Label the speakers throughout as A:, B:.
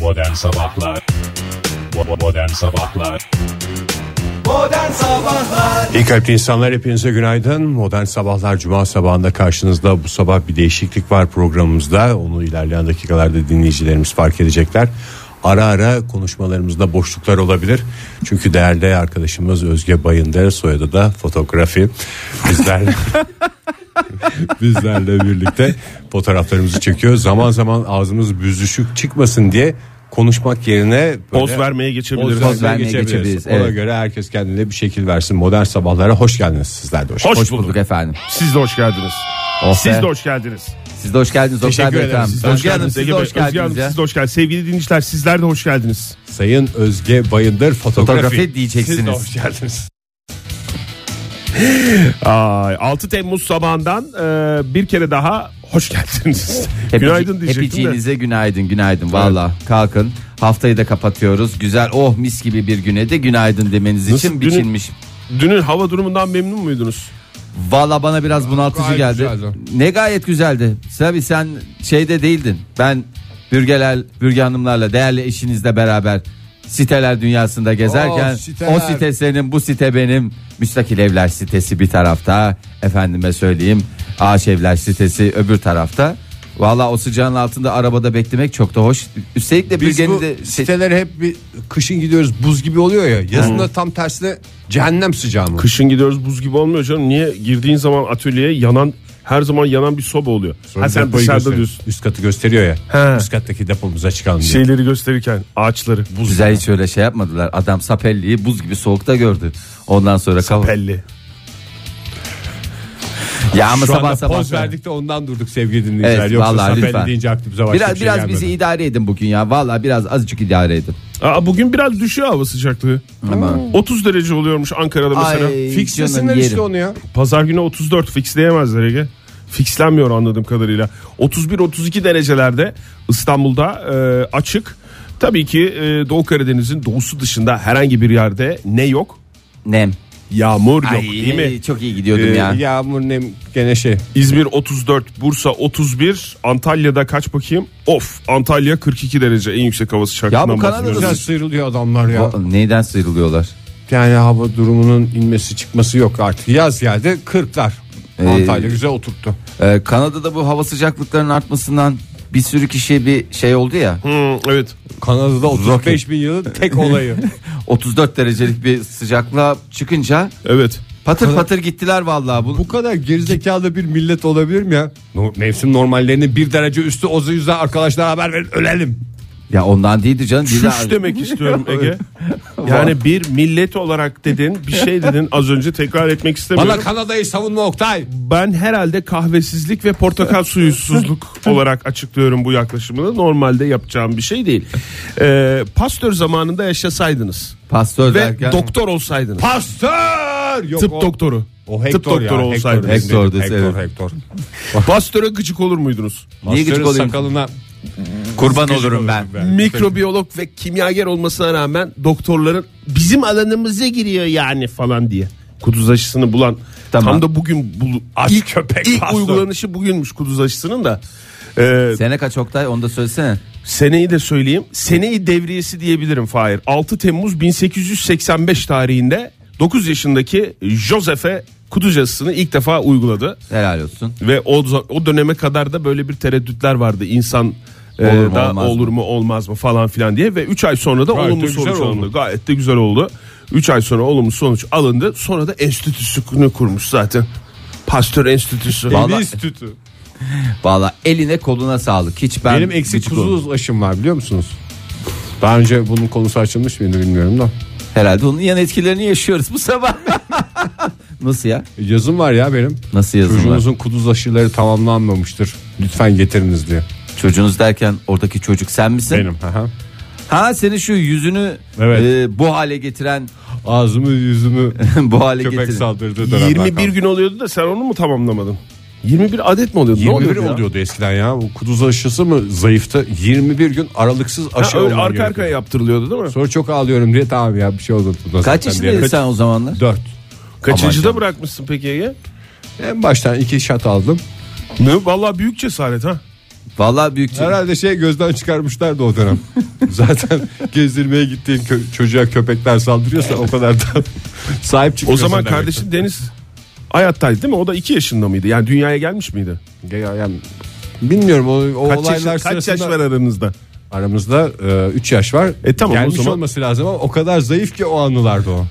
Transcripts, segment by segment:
A: Modern Sabahlar Bo- Modern Sabahlar
B: İyi kalpli insanlar hepinize günaydın. Modern Sabahlar Cuma sabahında karşınızda bu sabah bir değişiklik var programımızda. Onu ilerleyen dakikalarda dinleyicilerimiz fark edecekler. Ara ara konuşmalarımızda boşluklar olabilir. Çünkü değerli arkadaşımız Özge Bayındır soyadı da fotografi bizlerle bizlerle birlikte fotoğraflarımızı çekiyor. Zaman zaman ağzımız büzüşük çıkmasın diye konuşmak yerine böyle-
C: Poz vermeye geçebiliriz.
B: Poz
D: Poz vermeye
B: geçebiliriz.
D: geçebiliriz,
B: Ona
D: evet.
B: göre herkes kendine bir şekil versin. Modern sabahlara hoş geldiniz sizler de hoş.
C: Hoş,
D: Hoş
C: bulduk.
D: bulduk efendim.
C: Siz de hoş geldiniz.
D: Oh
C: Siz
D: be.
C: de hoş geldiniz.
D: Siz de hoş geldiniz. Oktay
B: Teşekkür
D: Bey
B: ederim.
D: efendim.
B: Siz
C: de
D: Özge Hanım, siz de
C: Ege Bey.
D: hoş
C: Özge Hanım
D: geldiniz ya.
C: siz de hoş geldiniz. Sevgili dinleyiciler sizler de hoş geldiniz.
B: Sayın Özge Bayındır fotoğrafı.
D: Fotoğrafı diyeceksiniz.
B: Siz de hoş geldiniz.
C: Ay, 6 Temmuz sabahından e, bir kere daha hoş geldiniz.
D: Hep-
C: Günaydın diyecektim de.
D: Hepiciğinize günaydın günaydın valla kalkın haftayı da kapatıyoruz güzel oh mis gibi bir güne de günaydın demeniz
C: Nasıl
D: için
C: dünün-
D: biçilmiş
C: Dünün hava durumundan memnun muydunuz?
D: Valla bana biraz bunaltıcı
B: Gayet
D: geldi
B: güzeldi.
D: ne gayet güzeldi Tabi sen şeyde değildin ben Bürgeler Bürge Hanımlarla değerli eşinizle beraber siteler dünyasında gezerken
B: Oh, siteler.
D: o site senin bu site benim müstakil evler sitesi bir tarafta efendime söyleyeyim ağaç evler sitesi öbür tarafta Valla o sıcağın altında arabada beklemek çok da hoş. Üstelik de
B: Biz
D: bürgenin
B: bu
D: de şey-
B: sitelere hep bir kışın gidiyoruz buz gibi oluyor ya. Yazın da tam tersine cehennem sıcağı mı?
C: Kışın gidiyoruz buz gibi olmuyor canım. Niye girdiğin zaman atölyeye yanan her zaman yanan bir soba oluyor.
B: Sonra
C: ha sen
B: depoyu
C: dışarıda
B: gösteriyor.
C: diyorsun.
B: Üst katı gösteriyor ya.
C: He.
B: Üst kattaki depomuza çıkalım diye.
D: Şey,
C: Şeyleri gösterirken ağaçları. Buz.
D: Güzel hiç öyle şey yapmadılar. Adam sapelliyi buz gibi soğukta gördü. Ondan sonra kav-
C: Pelli.
D: Ya ama
B: Şu
D: sabah
B: anda
D: sabah.
B: poz verdik de ondan durduk sevgili dinleyiciler.
D: Evet,
B: Yoksa
D: vallahi
B: sapelli
D: lütfen.
B: deyince aklımıza başka
D: Biraz
B: bir şey
D: biraz
B: gelmedi.
D: bizi idare edin bugün ya. Vallahi biraz azıcık idare edin.
C: Aa, bugün biraz düşüyor hava sıcaklığı.
D: Ama
C: 30 derece oluyormuş Ankara'da mesela.
B: Fixlesinler
D: canım
B: işte
D: yerim.
B: onu ya.
C: Pazar günü 34 fixleyemezler Ege. Fixlenmiyor anladığım kadarıyla. 31-32 derecelerde İstanbul'da e, açık. Tabii ki e, Doğu Karadeniz'in doğusu dışında herhangi bir yerde ne yok?
D: Nem.
C: Yağmur yok
D: Ay,
C: değil mi?
D: Çok iyi gidiyordum
C: Ee,
D: ya.
B: Yağmur nem gene şey.
C: İzmir 34, Bursa 31, Antalya'da kaç bakayım? Of Antalya 42 derece en yüksek hava sıcaklığından
D: Ya bu Kanada'da
C: bahsediyoruz.
B: Güzel sıyrılıyor adamlar ya.
D: O- Neyden sıyrılıyorlar?
B: Yani hava durumunun inmesi çıkması yok artık. Yaz geldi 40'lar. Antalya güzel oturttu.
D: Ee, Kanada'da bu hava sıcaklıklarının artmasından bir sürü kişiye bir şey oldu ya.
C: Hmm, evet.
B: Kanada'da 35 bin yılın tek olayı.
D: 34 derecelik bir sıcaklığa çıkınca
C: Evet.
D: patır patır gittiler vallahi. Bu,
B: Bu kadar gerizekalı bir millet olabilir mi ya? No- Mevsim normallerinin bir derece üstü o yüzden arkadaşlar haber verin ölelim.
D: ya ondan değildi canım. Bir de-
C: Küs demek istiyorum Ege. Yani bir millet olarak dedin, bir şey dedin az önce tekrar etmek istemiyorum.
B: Bana Kanada'yı savunma Oktay.
C: Ben herhalde kahvesizlik ve portakal suyusuzluk olarak açıklıyorum bu yaklaşımını. Normalde yapacağım bir şey değil. Ee, pastör zamanında yaşasaydınız
D: Pastör
C: ve
D: derken.
C: doktor olsaydınız.
B: Pastör! Yok,
C: Tıp
B: o-
C: doktoru.
B: O Hector
C: Tıp doktoru
B: ya,
C: olsaydınız.
B: Hector,
D: Hector'du,
B: Hector, Hector,
D: evet.
B: Hector.
C: Pastöre gıcık olur muydunuz?
D: Niye gıcık
B: Pastörün
D: olayım?
B: sakalına
D: Kurban olurum ben.
C: Mikrobiyolog ve kimyager olmasına rağmen doktorların bizim alanımıza giriyor yani falan diye. Kuduz aşısını bulan
D: Tamam.
C: tam da bugün bulu-
B: Aç
C: ilk,
B: köpek
C: ilk
B: pastör.
C: uygulanışı bugünmüş kuduz aşısının da. Ee,
D: Sene kaç Oktay onu da söylesene.
C: Seneyi de söyleyeyim. Seneyi devriyesi diyebilirim Fahir. 6 Temmuz 1885 tarihinde 9 yaşındaki Joseph'e Kuduz yazısını ilk defa uyguladı.
D: Helal olsun.
C: Ve o, o döneme kadar da böyle bir tereddütler vardı. İnsan e,
D: Olur mu,
C: da
D: olmaz
C: olur mu olmaz mı falan filan diye. Ve 3 ay sonra da
B: Gayet de
C: olumlu
B: güzel
C: sonuç
B: oldu.
C: alındı. Gayet de güzel oldu. 3 ay sonra olumlu sonuç alındı. Sonra da enstitüsünü kurmuş zaten. Pastör Enstitüsü.
D: Vallahi-
B: Biz tütü.
D: Valla eline koluna sağlık. Hiç ben
B: Benim eksik
D: gıcık oldum.
B: kuzuz aşım var biliyor musunuz? Daha önce bunun konusu açılmış mıydı bilmiyorum da.
D: Herhalde onun yan etkilerini yaşıyoruz bu sabah. Nasıl ya?
B: E, Yazım var ya benim.
D: Nasıl yazım var?
B: Çocuğunuzun kuduz aşıları tamamlanmamıştır. Lütfen getiriniz diye.
D: Çocuğunuz derken oradaki çocuk sen misin?
B: Benim. Aha.
D: Ha senin şu yüzünü
B: Evet.
D: e, bu hale getiren
B: Ağzımı yüzümü
D: bu hale
B: köpek
D: getiren.
B: saldırdığı dönemler
C: 21
B: kaldı.
C: gün oluyordu da sen onu mu tamamlamadın? 21 adet mi oluyordu? Ne
B: 21
C: oluyordu ya?
B: oluyordu eskiden ya. Bu kuduz aşısı mı zayıftı? 21 gün aralıksız
C: Ha,
B: aşı
C: öyle
B: olman
C: arka
B: gerekiyor.
C: arkaya yaptırılıyordu değil mi?
B: Sonra çok ağlıyorum diye tamam ya bir şey oldu. Bundan
D: Kaç
B: zaten diye.
D: yaşındaydın sen o zamanlar?
B: Dört.
C: Kaçıncıda
D: Aman
C: bırakmışsın peki Ege?
B: En baştan iki şat aldım.
C: Ne? Vallahi büyük cesaret ha.
D: Vallahi büyük
B: Herhalde şey gözden çıkarmışlardı o dönem. Zaten gezdirmeye gittiğin kö- çocuğa köpekler saldırıyorsa o kadar da sahip
C: O
B: çıkıyorsun.
C: zaman
B: demek.
C: kardeşin Deniz hayattaydı değil mi? O da 2 yaşında mıydı? Yani dünyaya gelmiş miydi?
B: Ya- yani bilmiyorum o, o
C: Kaç,
B: olaylar
C: yaş, kaç yaş
B: sırasında-
C: var aranızda?
B: Aramızda 3 yaş var.
C: E tamam, o
B: Gelmiş
C: zaman-
B: olması lazım ama o kadar zayıf ki o anılarda o.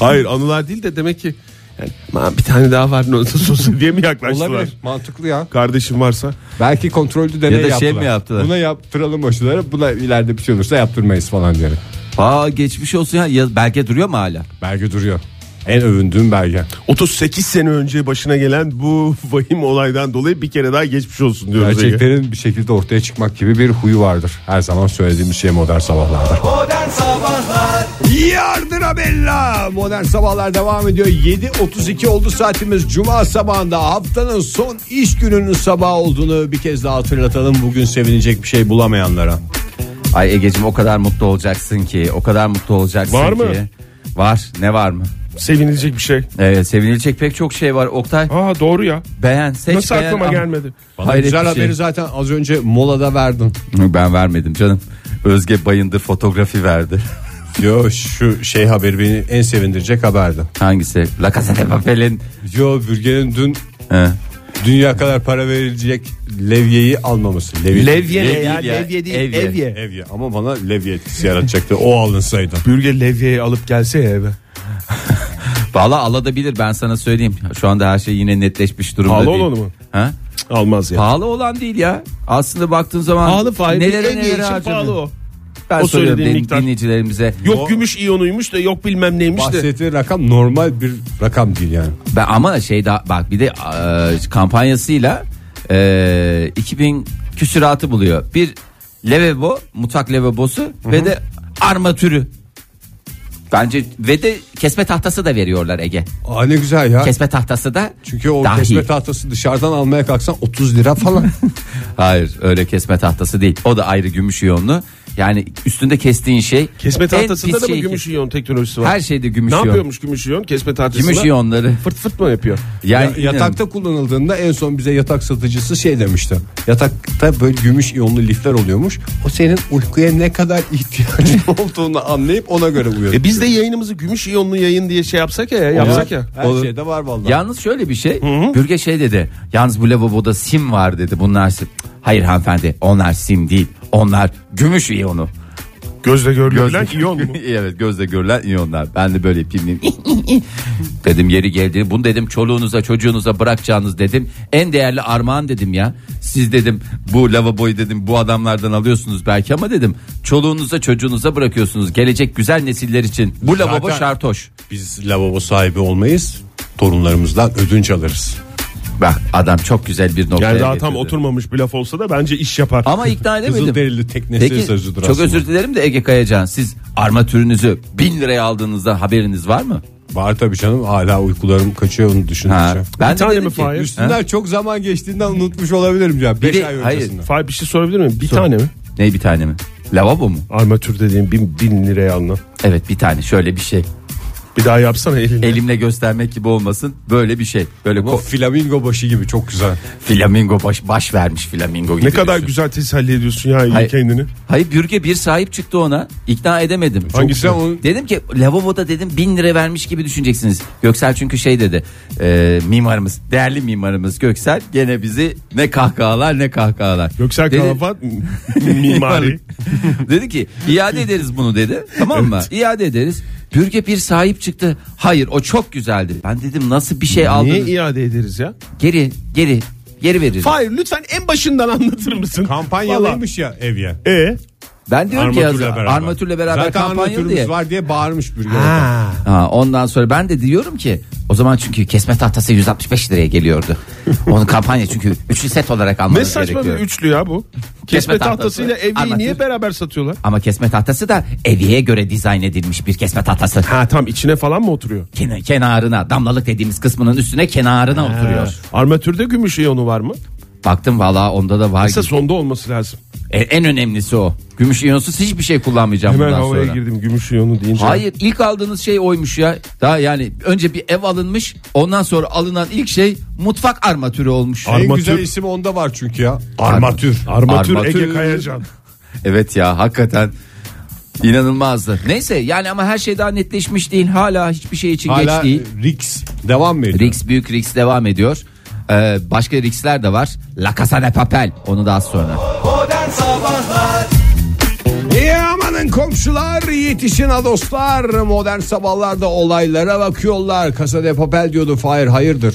C: Hayır anılar değil de demek ki yani, "Ma, bir tane daha var ne olursa olsun" diye mi yaklaştılar?
B: Olabilir. Mantıklı ya.
C: Kardeşim varsa.
B: Belki kontrollü deney
D: Ya da şey
B: yaptılar.
D: mi yaptılar?
B: Buna yaptıralım hoşlara. Buna ileride bir şey olursa yaptırmayız falan diyerek.
D: Aa geçmiş olsun ya. ya belge duruyor mu hala?
B: Belge duruyor. En övündüğüm belge.
C: 38 sene önce başına gelen bu vahim olaydan dolayı bir kere daha geçmiş olsun diyoruz. Ege.
B: Gerçeklerin bir şekilde ortaya çıkmak gibi bir huyu vardır. Her zaman söylediğimiz şey modern sabahlarda. Yardıra bella. Modern sabahlar devam ediyor. 7.32 oldu saatimiz. Cuma sabahında haftanın son iş gününün sabahı olduğunu bir kez daha hatırlatalım. Bugün sevinecek bir şey bulamayanlara.
D: Ay Ege'cim o kadar mutlu olacaksın ki. O kadar mutlu olacaksın
C: Var
D: ki.
C: mı?
D: Var. Ne var mı?
C: Sevinilecek bir şey.
D: Evet sevinilecek pek çok şey var. Oktay
C: Aa doğru ya.
D: beğen seç
C: Nasıl
D: beğen.
C: aklıma
D: Ama-
C: gelmedi?
B: Bana
D: Hayret
B: güzel
D: bir şey.
B: haberi zaten az önce molada verdin.
D: Ben vermedim canım. Özge Bayındır fotoğrafı verdi.
B: Yo şu şey haberi beni en sevindirecek haberdi.
D: Hangisi? La Casa de Papel'in.
B: Yo Bürgen'in dün
D: He.
B: dünya kadar para verilecek levyeyi almaması. Levye.
D: Levye,
C: Levye
D: değil
C: ya,
D: ya.
C: levye değil,
D: Evye.
C: evye.
B: Evye ama bana levye etkisi yaratacaktı. O alınsaydı.
C: Bürge levyeyi alıp gelse ya eve.
D: Valla alabilir ben sana söyleyeyim. Şu anda her şey yine netleşmiş durumda
C: Pahalı
D: değil.
C: olanı mı?
D: Ha?
C: Almaz ya.
D: Pahalı olan değil ya. Aslında baktığın zaman
C: Pahalı Fahir.
D: nelere
C: Evye için
D: nelere harcanıyor.
C: pahalı o.
D: Ben
C: O
D: söylüyorum
C: söylediğin
D: din-
C: miktar.
D: dinleyicilerimize.
C: Yok gümüş iyonuymuş da yok bilmem neymiş de.
B: Bahsettiği rakam normal bir rakam değil yani.
D: Ben, ama şey daha bak bir de e, kampanyasıyla e, 2000 küsüratı buluyor. Bir levebo, mutak levebosu ve de armatürü. Bence ve de kesme tahtası da veriyorlar Ege.
B: Aa ne güzel ya.
D: Kesme tahtası da
B: Çünkü o
D: dahi.
B: kesme tahtası dışarıdan almaya kalksan 30 lira falan.
D: Hayır öyle kesme tahtası değil. O da ayrı gümüş iyonlu. Yani üstünde kestiğin şey.
C: Kesme
D: en
C: tahtasında
D: pis
C: da mı
D: şey-
C: gümüş iyon teknolojisi var?
D: Her şeyde gümüş
C: ne
D: iyon.
C: yapıyormuş gümüş iyon? Kesme tahtasında.
D: Gümüş iyonları.
C: Fırt fırt mı yapıyor?
D: Yani
B: Ya- yatakta kullanıldığında en son bize yatak satıcısı şey demişti. Yatakta böyle gümüş iyonlu lifler oluyormuş. O senin uykuya ne kadar ihtiyacın olduğunu anlayıp ona göre uyuyor.
C: E biz de yayınımızı gümüş iyonlu yayın diye şey yapsak ya, yapsak ya.
B: Her şeyde var vallahi.
D: Yalnız şöyle bir şey. Bürge şey dedi. Yalnız bu lavaboda sim var dedi. Bunlar sim. Hayır hanımefendi onlar sim değil. Onlar gümüş iyonu.
C: Gözle görülen iyon mu?
D: evet gözle görülen iyonlar. Ben de böyle yapayım diyeyim. dedim yeri geldi. Bunu dedim çoluğunuza çocuğunuza bırakacağınız dedim. En değerli armağan dedim ya. Siz dedim bu lavaboyu dedim bu adamlardan alıyorsunuz belki ama dedim çoluğunuza çocuğunuza bırakıyorsunuz. Gelecek güzel nesiller için. Bu lavabo
B: Zaten-
D: şartoş.
B: Biz lavabo sahibi olmayız. Torunlarımızdan ödünç alırız.
D: Bak adam çok güzel bir noktaya
C: Yani daha tam
D: getirdi.
C: oturmamış bir laf olsa da bence iş yapar.
D: Ama ikna edemedim.
B: Kızılderili teknesi
D: Peki
B: sözüdür
D: çok
B: aslında.
D: özür dilerim de Ege Kayacan siz armatürünüzü 1000 liraya aldığınızda haberiniz var mı?
B: Var tabii canım hala uykularım kaçıyor onu
D: Ha,
B: düşündükçe.
D: ben
C: Şey, Bir tane
D: dedim
C: mi Fahir?
B: Üstünden çok zaman geçtiğinden unutmuş olabilirim ya. 5
D: Biri-
B: ay
D: hayır.
B: öncesinden.
C: Fahir bir şey sorabilir miyim? Bir tane mi?
D: Ne bir tane mi? Lavabo mu?
C: Armatür dediğim bin, bin liraya alınan.
D: Evet bir tane şöyle bir şey.
C: Bir daha yapsana elini.
D: Elimle göstermek gibi olmasın böyle bir şey. Böyle
B: O
D: ko-
B: flamingo başı gibi çok güzel.
D: flamingo baş, baş vermiş flamingo gibi.
C: ne kadar
D: düşün.
C: güzel teselli ediyorsun ya iyi
D: Hayır.
C: kendini.
D: Hayır bürge bir sahip çıktı ona ikna edemedim.
B: Çok
C: Hangisi?
B: güzel onu-
D: Dedim ki lavaboda dedim bin lira vermiş gibi düşüneceksiniz. Göksel çünkü şey dedi e, mimarımız değerli mimarımız Göksel gene bizi ne kahkahalar ne kahkahalar.
C: Göksel
D: Dedi-
C: Kalafat mimari.
D: dedi ki iade ederiz bunu dedi tamam mı iade ederiz. Bürge bir sahip çıktı. Hayır o çok güzeldi. Ben dedim nasıl bir şey
C: Niye
D: aldınız?
C: iade ederiz ya?
D: Geri geri geri veririz.
C: Hayır lütfen en başından anlatır mısın?
B: Kampanyalıymış ya evye.
C: Valla.
D: şey-
C: E
D: Ben diyorum ki ya,
B: Armatürle beraber.
D: armatürle beraber
B: Zaten
D: kampanyalı
B: armatürümüz
D: diye.
B: var diye bağırmış bir
D: Ha, ondan sonra ben de diyorum ki o zaman çünkü kesme tahtası 165 liraya geliyordu. Onun kampanya çünkü üçlü set olarak
C: ne
D: almanız
C: saçma bir
D: gerekiyor.
C: üçlü ya bu. Kesme
D: Kesme
C: tahtasıyla
D: tahtası,
C: evliyi niye
D: armatür.
C: beraber satıyorlar?
D: Ama kesme tahtası da eviye göre dizayn edilmiş bir kesme tahtası.
C: Ha tam içine falan mı oturuyor?
D: Ken- kenarına damlalık dediğimiz kısmının üstüne kenarına oturuyor.
C: Armatürde gümüş iyonu var mı?
D: Baktım valla onda da var.
C: Mesela
D: gibi.
C: sonda olması lazım.
D: E, en önemlisi o. Gümüş iyonsuz hiçbir şey kullanmayacağım
C: Hemen
D: bundan
C: havaya
D: sonra.
C: girdim gümüş iyonu deyince.
D: Hayır ilk aldığınız şey oymuş ya. Daha yani önce bir ev alınmış ondan sonra alınan ilk şey mutfak armatürü olmuş.
C: Armatür.
B: En güzel isim onda var çünkü ya. Armatür.
C: Armatür,
D: Armatür.
C: Ege Kayacan.
D: Evet ya hakikaten inanılmazdı. Neyse yani ama her şey daha netleşmiş değil. Hala hiçbir şey için
B: Hala
D: geç değil.
B: Rix devam mı ediyor?
D: Rix büyük Rix devam ediyor. Ee, başka Rix'ler de var. La Casa de Papel onu da az sonra.
B: İyi amanın komşular yetişin ha dostlar. Modern sabahlarda olaylara bakıyorlar. Kasa de papel diyordu. Hayır hayırdır.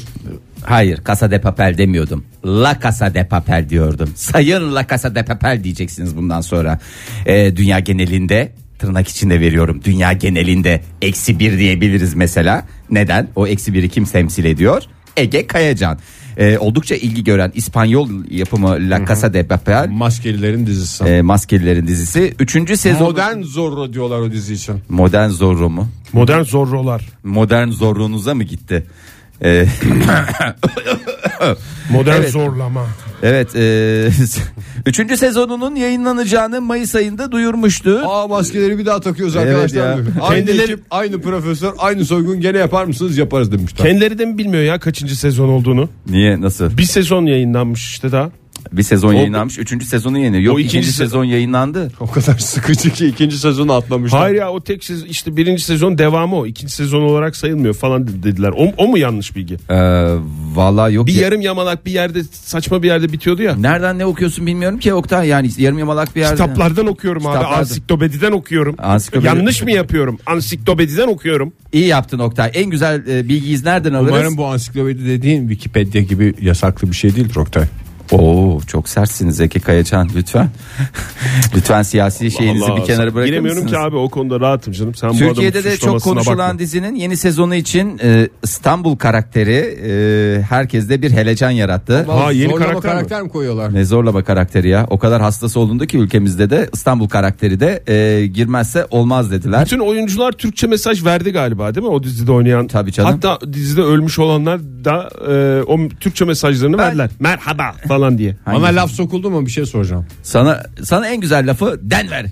D: Hayır Casa de Papel demiyordum. La Casa de Papel diyordum. Sayın La Casa de Papel diyeceksiniz bundan sonra. Ee, dünya genelinde tırnak içinde veriyorum. Dünya genelinde eksi bir diyebiliriz mesela. Neden? O eksi biri kim temsil ediyor? Ege Kayacan. Ee, oldukça ilgi gören İspanyol yapımı La Casa de Papel
B: Maskelilerin dizisi.
D: e, maskelilerin dizisi. Üçüncü sezon
B: Modern Zorro diyorlar o dizi için.
D: modern zorro mu?
C: Modern zorrolar.
D: Modern zorronuza mı gitti? Ee,
C: Modern
D: Evet.
C: zorlama.
D: evet. e, üçüncü sezonunun yayınlanacağını Mayıs ayında duyurmuştu.
B: Aa maskeleri bir daha takıyoruz
D: Evet
B: arkadaşlar.
D: ya.
B: Aynı
C: Kendileri-
B: ekip, aynı profesör, aynı soygun gene yapar mısınız? Yaparız demişler.
C: Kendileri de mi bilmiyor ya kaçıncı sezon olduğunu?
D: Niye nasıl?
C: Bir sezon yayınlanmış işte daha.
D: Bir sezon yayınlanmış. Üçüncü sezonu yeni. Yok
C: O
D: ikinci,
C: ikinci
D: sezon, yayınlandı.
B: o kadar sıkıcı ki ikinci sezonu atlamışlar.
C: Hayır ya o tek sezon işte birinci sezon devamı o. İkinci sezon olarak sayılmıyor falan dediler. O, o mu yanlış bilgi?
D: Ee, Valla yok.
C: Bir
D: ya-
C: yarım yamalak bir yerde saçma bir yerde bitiyordu ya.
D: Nereden ne okuyorsun bilmiyorum ki Oktay. Yani yarım yamalak bir yerde.
C: Kitaplardan okuyorum abi.
D: Kitaplardan.
C: Ansiklopediden okuyorum.
D: Ansiklopedi-
C: Yanlış mı yapıyorum? Ansiklopediden okuyorum.
D: İyi yaptın Oktay. En güzel e, bilgiyi nereden alırız?
B: Umarım bu ansiklopedi dediğin Wikipedia gibi yasaklı bir şey değildir Oktay.
D: Oo çok sertsiniz Zeki Kayacan lütfen. lütfen siyasi şeyinizi
C: Allah
D: bir kenara bırakır
C: Giremiyorum
D: mısınız?
C: ki abi o konuda rahatım canım. Sen bu
D: Türkiye'de
C: adamın
D: de çok
C: suçlamasına
D: konuşulan
C: bakma.
D: dizinin yeni sezonu için e, İstanbul karakteri e, herkeste bir helecan yarattı.
C: Ha, yeni
B: Zorlama
C: karakter mi?
B: karakter mi? koyuyorlar?
D: Ne zorlama karakteri ya. O kadar hastası olundu ki ülkemizde de İstanbul karakteri de e, girmezse olmaz dediler.
C: Bütün oyuncular Türkçe mesaj verdi galiba değil mi o dizide oynayan?
D: Tabii canım.
C: Hatta dizide ölmüş olanlar da e, o Türkçe mesajlarını verdiler. Merhaba falan diye.
B: Bana
D: Hangisi?
B: laf sokuldu mu bir şey soracağım.
D: Sana sana en güzel lafı Denver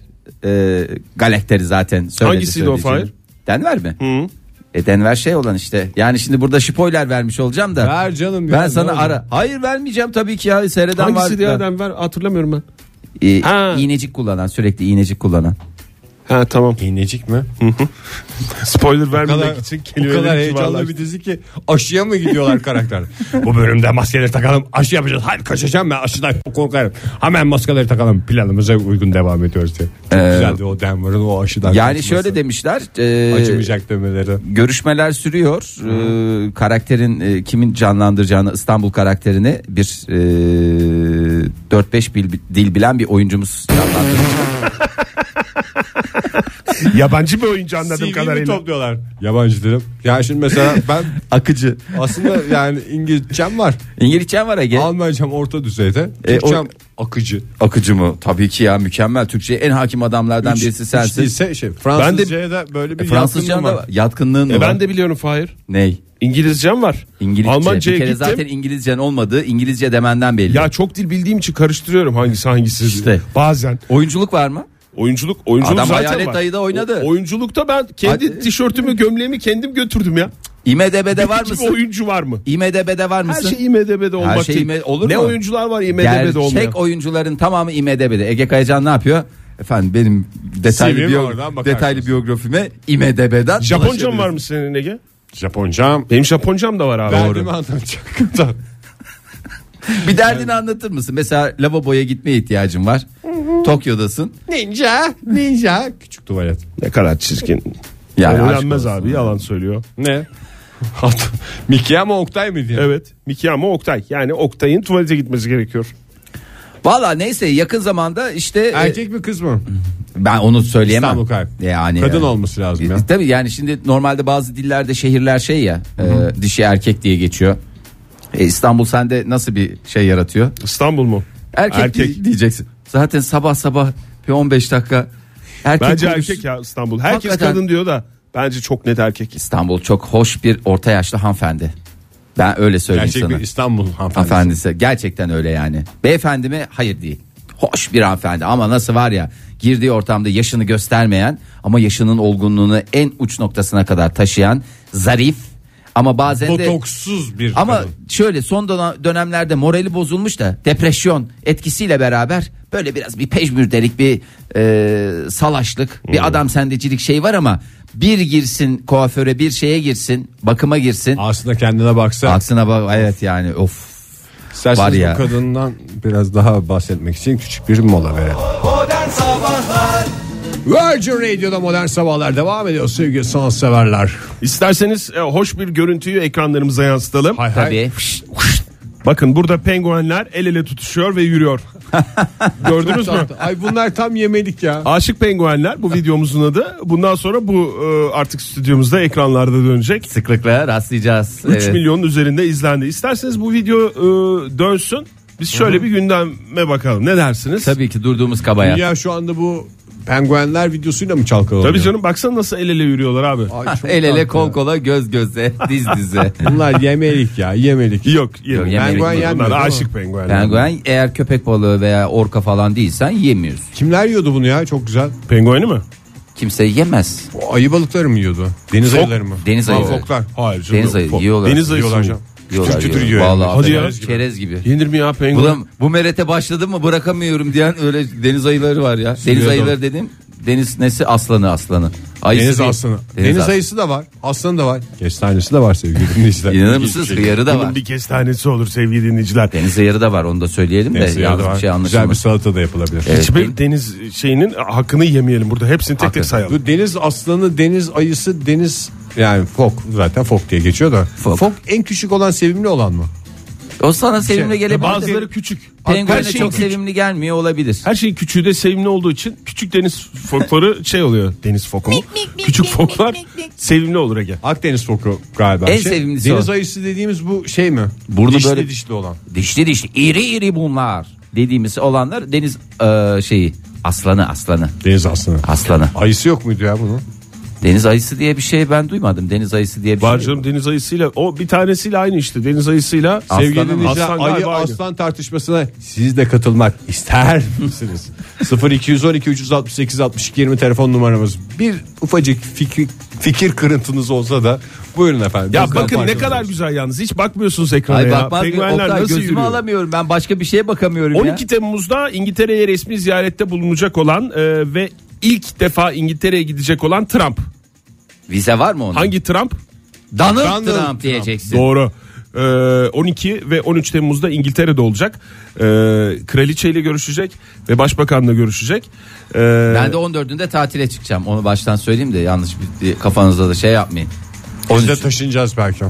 D: e, karakteri zaten söyledi.
C: Hangisiydi o
D: söyleyeceğini.
C: Fahir?
D: Denver mi? E Denver şey olan işte. Yani şimdi burada spoiler vermiş olacağım da.
B: Ver canım ya,
D: Ben
B: ne
D: sana
B: olacak?
D: ara. Hayır vermeyeceğim tabii ki ya. Seyreden
C: Hangisi
D: var.
C: diye adam ver hatırlamıyorum ben.
D: E,
C: Ha.
D: iğnecik kullanan sürekli iğnecik kullanan.
C: Ha tamam.
B: İğnecik mi?
C: Spoiler
B: O kadar,
C: vermemek için
B: o
C: kelimeleri
B: kadar heyecanlı
C: yuvarlar.
B: bir dizi ki aşıya mı gidiyorlar karakter? Bu bölümde maskeleri takalım aşı yapacağız. Hayır kaçacağım ben aşıdan korkarım. Hemen maskeleri takalım planımıza uygun devam ediyoruz diye. Çok güzeldi o Denver'ın o aşıdan
D: Ee, Yani
B: kaçması.
D: şöyle demişler. e,
B: Acımayacak demeleri.
D: Görüşmeler sürüyor. Ee, karakterin e, kimin canlandıracağını İstanbul karakterini bir e, 4-5 bil- dil bilen bir oyuncumuz canlandırıyor.
C: Yabancı bir oyuncu anladığım
B: CV'mi
C: kadarıyla.
B: topluyorlar. Yabancı dilim. Yani şimdi mesela ben
D: Akıcı.
B: aslında yani İngilizcem var.
D: İngilizcen var Ege.
B: Almancam orta düzeyde.
D: E, o-
B: Türkçem akıcı.
D: Akıcı mı? Tabii ki ya mükemmel. Türkçe'ye en hakim adamlardan
B: Üç-
D: birisi
B: üç
D: sensin. E,
B: değilse şey Fransızcaya da böyle bir
D: Fransızca
B: yatkınlığım var.
D: da yatkınlığın
C: E
D: var.
C: ben de biliyorum Fahir.
D: Ney?
C: İngilizcem var.
D: İngilizce.
C: Almanca'ya
D: bir kere
C: gittim.
D: zaten İngilizcen olmadı. İngilizce demenden belli.
C: Ya çok dil bildiğim için karıştırıyorum hangisi hangisi.
D: İşte.
C: Bazen.
D: Oyunculuk var mı?
C: Oyunculuk, oyunculuk
D: Adam
C: zaten
D: Hayalet
C: var.
D: Ayı'da oynadı.
C: O- oyunculukta ben kendi
D: Hadi.
C: tişörtümü, gömleğimi kendim götürdüm ya.
D: IMDB'de var
C: Peki
D: mısın?
C: oyuncu var mı?
D: IMDB'de var
C: Her
D: mısın?
C: şey IMDB'de olmak
D: şey
C: değil.
D: IMDb olur
C: ne
D: mu?
C: oyuncular var IMDB'de olmayan?
D: Gerçek oyuncuların tamamı IMDB'de. Ege Kayacan ne yapıyor? Efendim benim detaylı
B: CV'm
D: biyo-
B: oradan bakarsınız.
D: detaylı biyografime IMDB'den
C: Japoncam var mı senin Ege?
B: Japoncam.
C: Benim Japoncam da var abi.
B: Derdimi anlatacak.
D: Bir derdini anlatır mısın? Mesela lavaboya gitmeye ihtiyacın var. Tokyo'dasın.
B: ninja, ninja. Küçük tuvalet.
C: Ne kadar çirkin.
D: Yani aşk
C: Öğrenmez
D: olsun.
C: abi yalan söylüyor.
B: Ne? Hat- Mickey ama Oktay mı diye.
C: Evet. Miki ama Oktay. Yani Oktay'ın tuvalete gitmesi gerekiyor.
D: Valla neyse yakın zamanda işte e,
B: Erkek mi kız mı?
D: ben onu söyleyemem.
B: İstanbul Kalp.
D: Yani
B: Kadın
D: yani.
B: olması lazım ya.
D: E, Tabii yani şimdi normalde bazı dillerde şehirler şey ya e, dişi erkek diye geçiyor. E, İstanbul sende nasıl bir şey yaratıyor?
C: İstanbul mu?
D: Erkek,
C: Erkek.
D: di- diyeceksin. Zaten sabah sabah bir 15 dakika erkek
C: Bence
D: konusu-
C: erkek ya İstanbul. Herkes
D: Hakikaten.
C: kadın diyor da bence çok net erkek.
D: İstanbul çok hoş bir orta yaşlı hanımefendi. Ben öyle söyleyeyim
B: Gerçek
D: sana.
B: bir İstanbul hanımefendisi.
D: Hanımefendisi gerçekten öyle yani. Beyefendi mi? Hayır değil. Hoş bir hanımefendi ama nasıl var ya girdiği ortamda yaşını göstermeyen ama yaşının olgunluğunu en uç noktasına kadar taşıyan zarif Ama bazen de
B: Botoksuz bir
D: ama
B: kadın.
D: şöyle son dona- dönemlerde morali bozulmuş da depresyon etkisiyle beraber böyle biraz bir pejmürdelik bir e, salaşlık bir adam sendecilik şey var ama bir girsin kuaföre bir şeye girsin bakıma girsin.
B: aslında kendine baksa
D: Aksına bak evet yani of.
B: İsterseniz
D: Var ya.
B: bu kadından biraz daha bahsetmek için küçük bir mola verelim. Virgin Radio'da modern sabahlar devam ediyor sevgili sanatseverler.
C: İsterseniz e, hoş bir görüntüyü ekranlarımıza yansıtalım.
B: Hay hay.
D: Tabii.
C: Bakın burada penguenler el ele tutuşuyor ve yürüyor. Gördünüz mü?
B: Ay bunlar tam yemedik ya.
C: Aşık Penguenler bu videomuzun adı. Bundan sonra bu e, artık stüdyomuzda ekranlarda dönecek.
D: Sıklıkla rastlayacağız.
C: 3
D: Evet.
C: milyonun üzerinde izlendi. İsterseniz bu video e, dönsün. Biz şöyle bir gündeme bakalım. Ne dersiniz?
D: Tabii ki durduğumuz kabaya.
B: Dünya şu anda bu penguenler videosuyla mı çalkalanıyor?
C: Tabii canım baksana nasıl el ele yürüyorlar abi.
B: Ay çok
D: El ele
B: tatlı.
D: kol kola göz göze diz dize.
B: Bunlar yemelik ya yemelik.
C: Yok, yemeyin.
D: Yok,
B: Penguen
D: yemeyelim. Bunlar
B: yenmiyor
C: Bunlar
B: değil mi?
C: aşık penguenler.
D: Penguen eğer köpek balığı veya orka falan değilsen yemiyorsun.
B: Kimler yiyordu bunu ya çok güzel.
C: Pengueni mi?
D: Kimse yemez.
B: O ayı balıkları mı yiyordu? Deniz
C: Fok.
B: ayıları mı?
D: Deniz
B: Ha,
D: ayıları.
B: Foklar.
C: Hayır. canım,
D: Deniz ayı
C: fok.
D: yiyorlar.
C: Deniz ayısı
B: Yiyorlar
C: mı?
B: canım.
D: Yiyorlar,
B: kütür
D: yiyorlar.
B: yiyor yani.
D: Vallahi
C: Hadi ya.
D: affedersin, Çerez gibi.
C: Yenir mi ya penguen?
D: Bu, da, bu merete başladım mı bırakamıyorum diyen öyle deniz ayıları var ya. Deniz
C: doğru.
D: ayıları dedim. Deniz nesi aslanı aslanı. Ayısı
B: Deniz
D: değil.
B: aslanı.
D: Deniz,
B: Deniz,
D: aslanı.
B: ayısı da var. Aslanı da var. Kestanesi de var sevgili dinleyiciler.
D: İnanır mısınız?
B: şey
D: Hıyarı da
C: Bunun
D: var.
C: bir kestanesi olur sevgili dinleyiciler.
D: Deniz ayarı da var onu da söyleyelim de
B: Neyse,
D: yalnız
B: yani
D: bir şey
B: var.
D: anlaşılmaz.
B: Güzel bir salata da yapılabilir.
D: Evet.
C: Hiçbir
D: ben-
C: deniz şeyinin hakkını yemeyelim burada. Hepsini tek tek sayalım.
B: Bu deniz aslanı, deniz ayısı, deniz yani fok zaten fok diye geçiyor da.
D: Fok.
B: Fok, en küçük olan sevimli olan mı?
D: O sana sevimli gelebilir.
C: Bazıları küçük.
D: Penguene
C: Şey, Her şey
D: çok
C: küçük.
D: sevimli gelmiyor olabilir.
C: Her şeyin küçüğü de sevimli olduğu için küçük deniz fokları şey oluyor. Deniz foku mu? Küçük foklar sevimli olur Ege.
B: Akdeniz foku galiba.
D: En
B: şey.
D: sevimlisi
B: Deniz
D: o.
B: ayısı dediğimiz bu şey mi?
D: Burnu
B: dişli
D: böyle-
B: dişli olan.
D: Dişli dişli iri iri bunlar dediğimiz olanlar deniz eee, şeyi aslanı aslanı
B: Deniz aslanı.
D: aslanı.
B: Ayısı yok muydu ya bunun?
D: Deniz ayısı diye bir şey ben duymadım. Deniz ayısı diye bir
C: Var
D: şey. yok.
C: canım deniz ayısıyla o bir tanesiyle aynı işte. Deniz ayısıyla
D: Aslanı
B: Sevgili
D: mı?
B: dinleyiciler
C: Aslan
B: ayı
C: galiba aynı.
B: aslan tartışmasına siz de katılmak ister misiniz? 0212 368 62 20 telefon numaramız. Bir ufacık fikir, fikir kırıntınız olsa da buyurun efendim.
C: Ya
B: Bizden
C: bakın ne
B: farkınız.
C: kadar güzel yalnız. Hiç bakmıyorsunuz ekrana
D: Ay
C: ya.
D: bakmaz mı?
C: Penguenler
D: Oktay,
C: nasıl
D: gözümü
C: yürüyor?
D: alamıyorum ben başka bir şeye bakamıyorum ya.
C: 12 Temmuz'da İngiltere'ye resmi ziyarette bulunacak olan e, ve ilk defa İngiltere'ye gidecek olan Trump.
D: Vize var mı onun?
C: Hangi Trump?
D: Donald,
B: Donald
D: Trump,
B: Trump.
D: diyeceksin.
C: Doğru. Ee, 12 ve 13 Temmuz'da İngiltere'de olacak. Ee, kraliçeyle görüşecek ve başbakanla görüşecek. Ee,
D: Ben de 14'ünde tatile çıkacağım. Onu baştan söyleyeyim de yanlış bir, kafanızda da şey yapmayın.
B: Biz
D: 13.
B: de taşınacağız belki.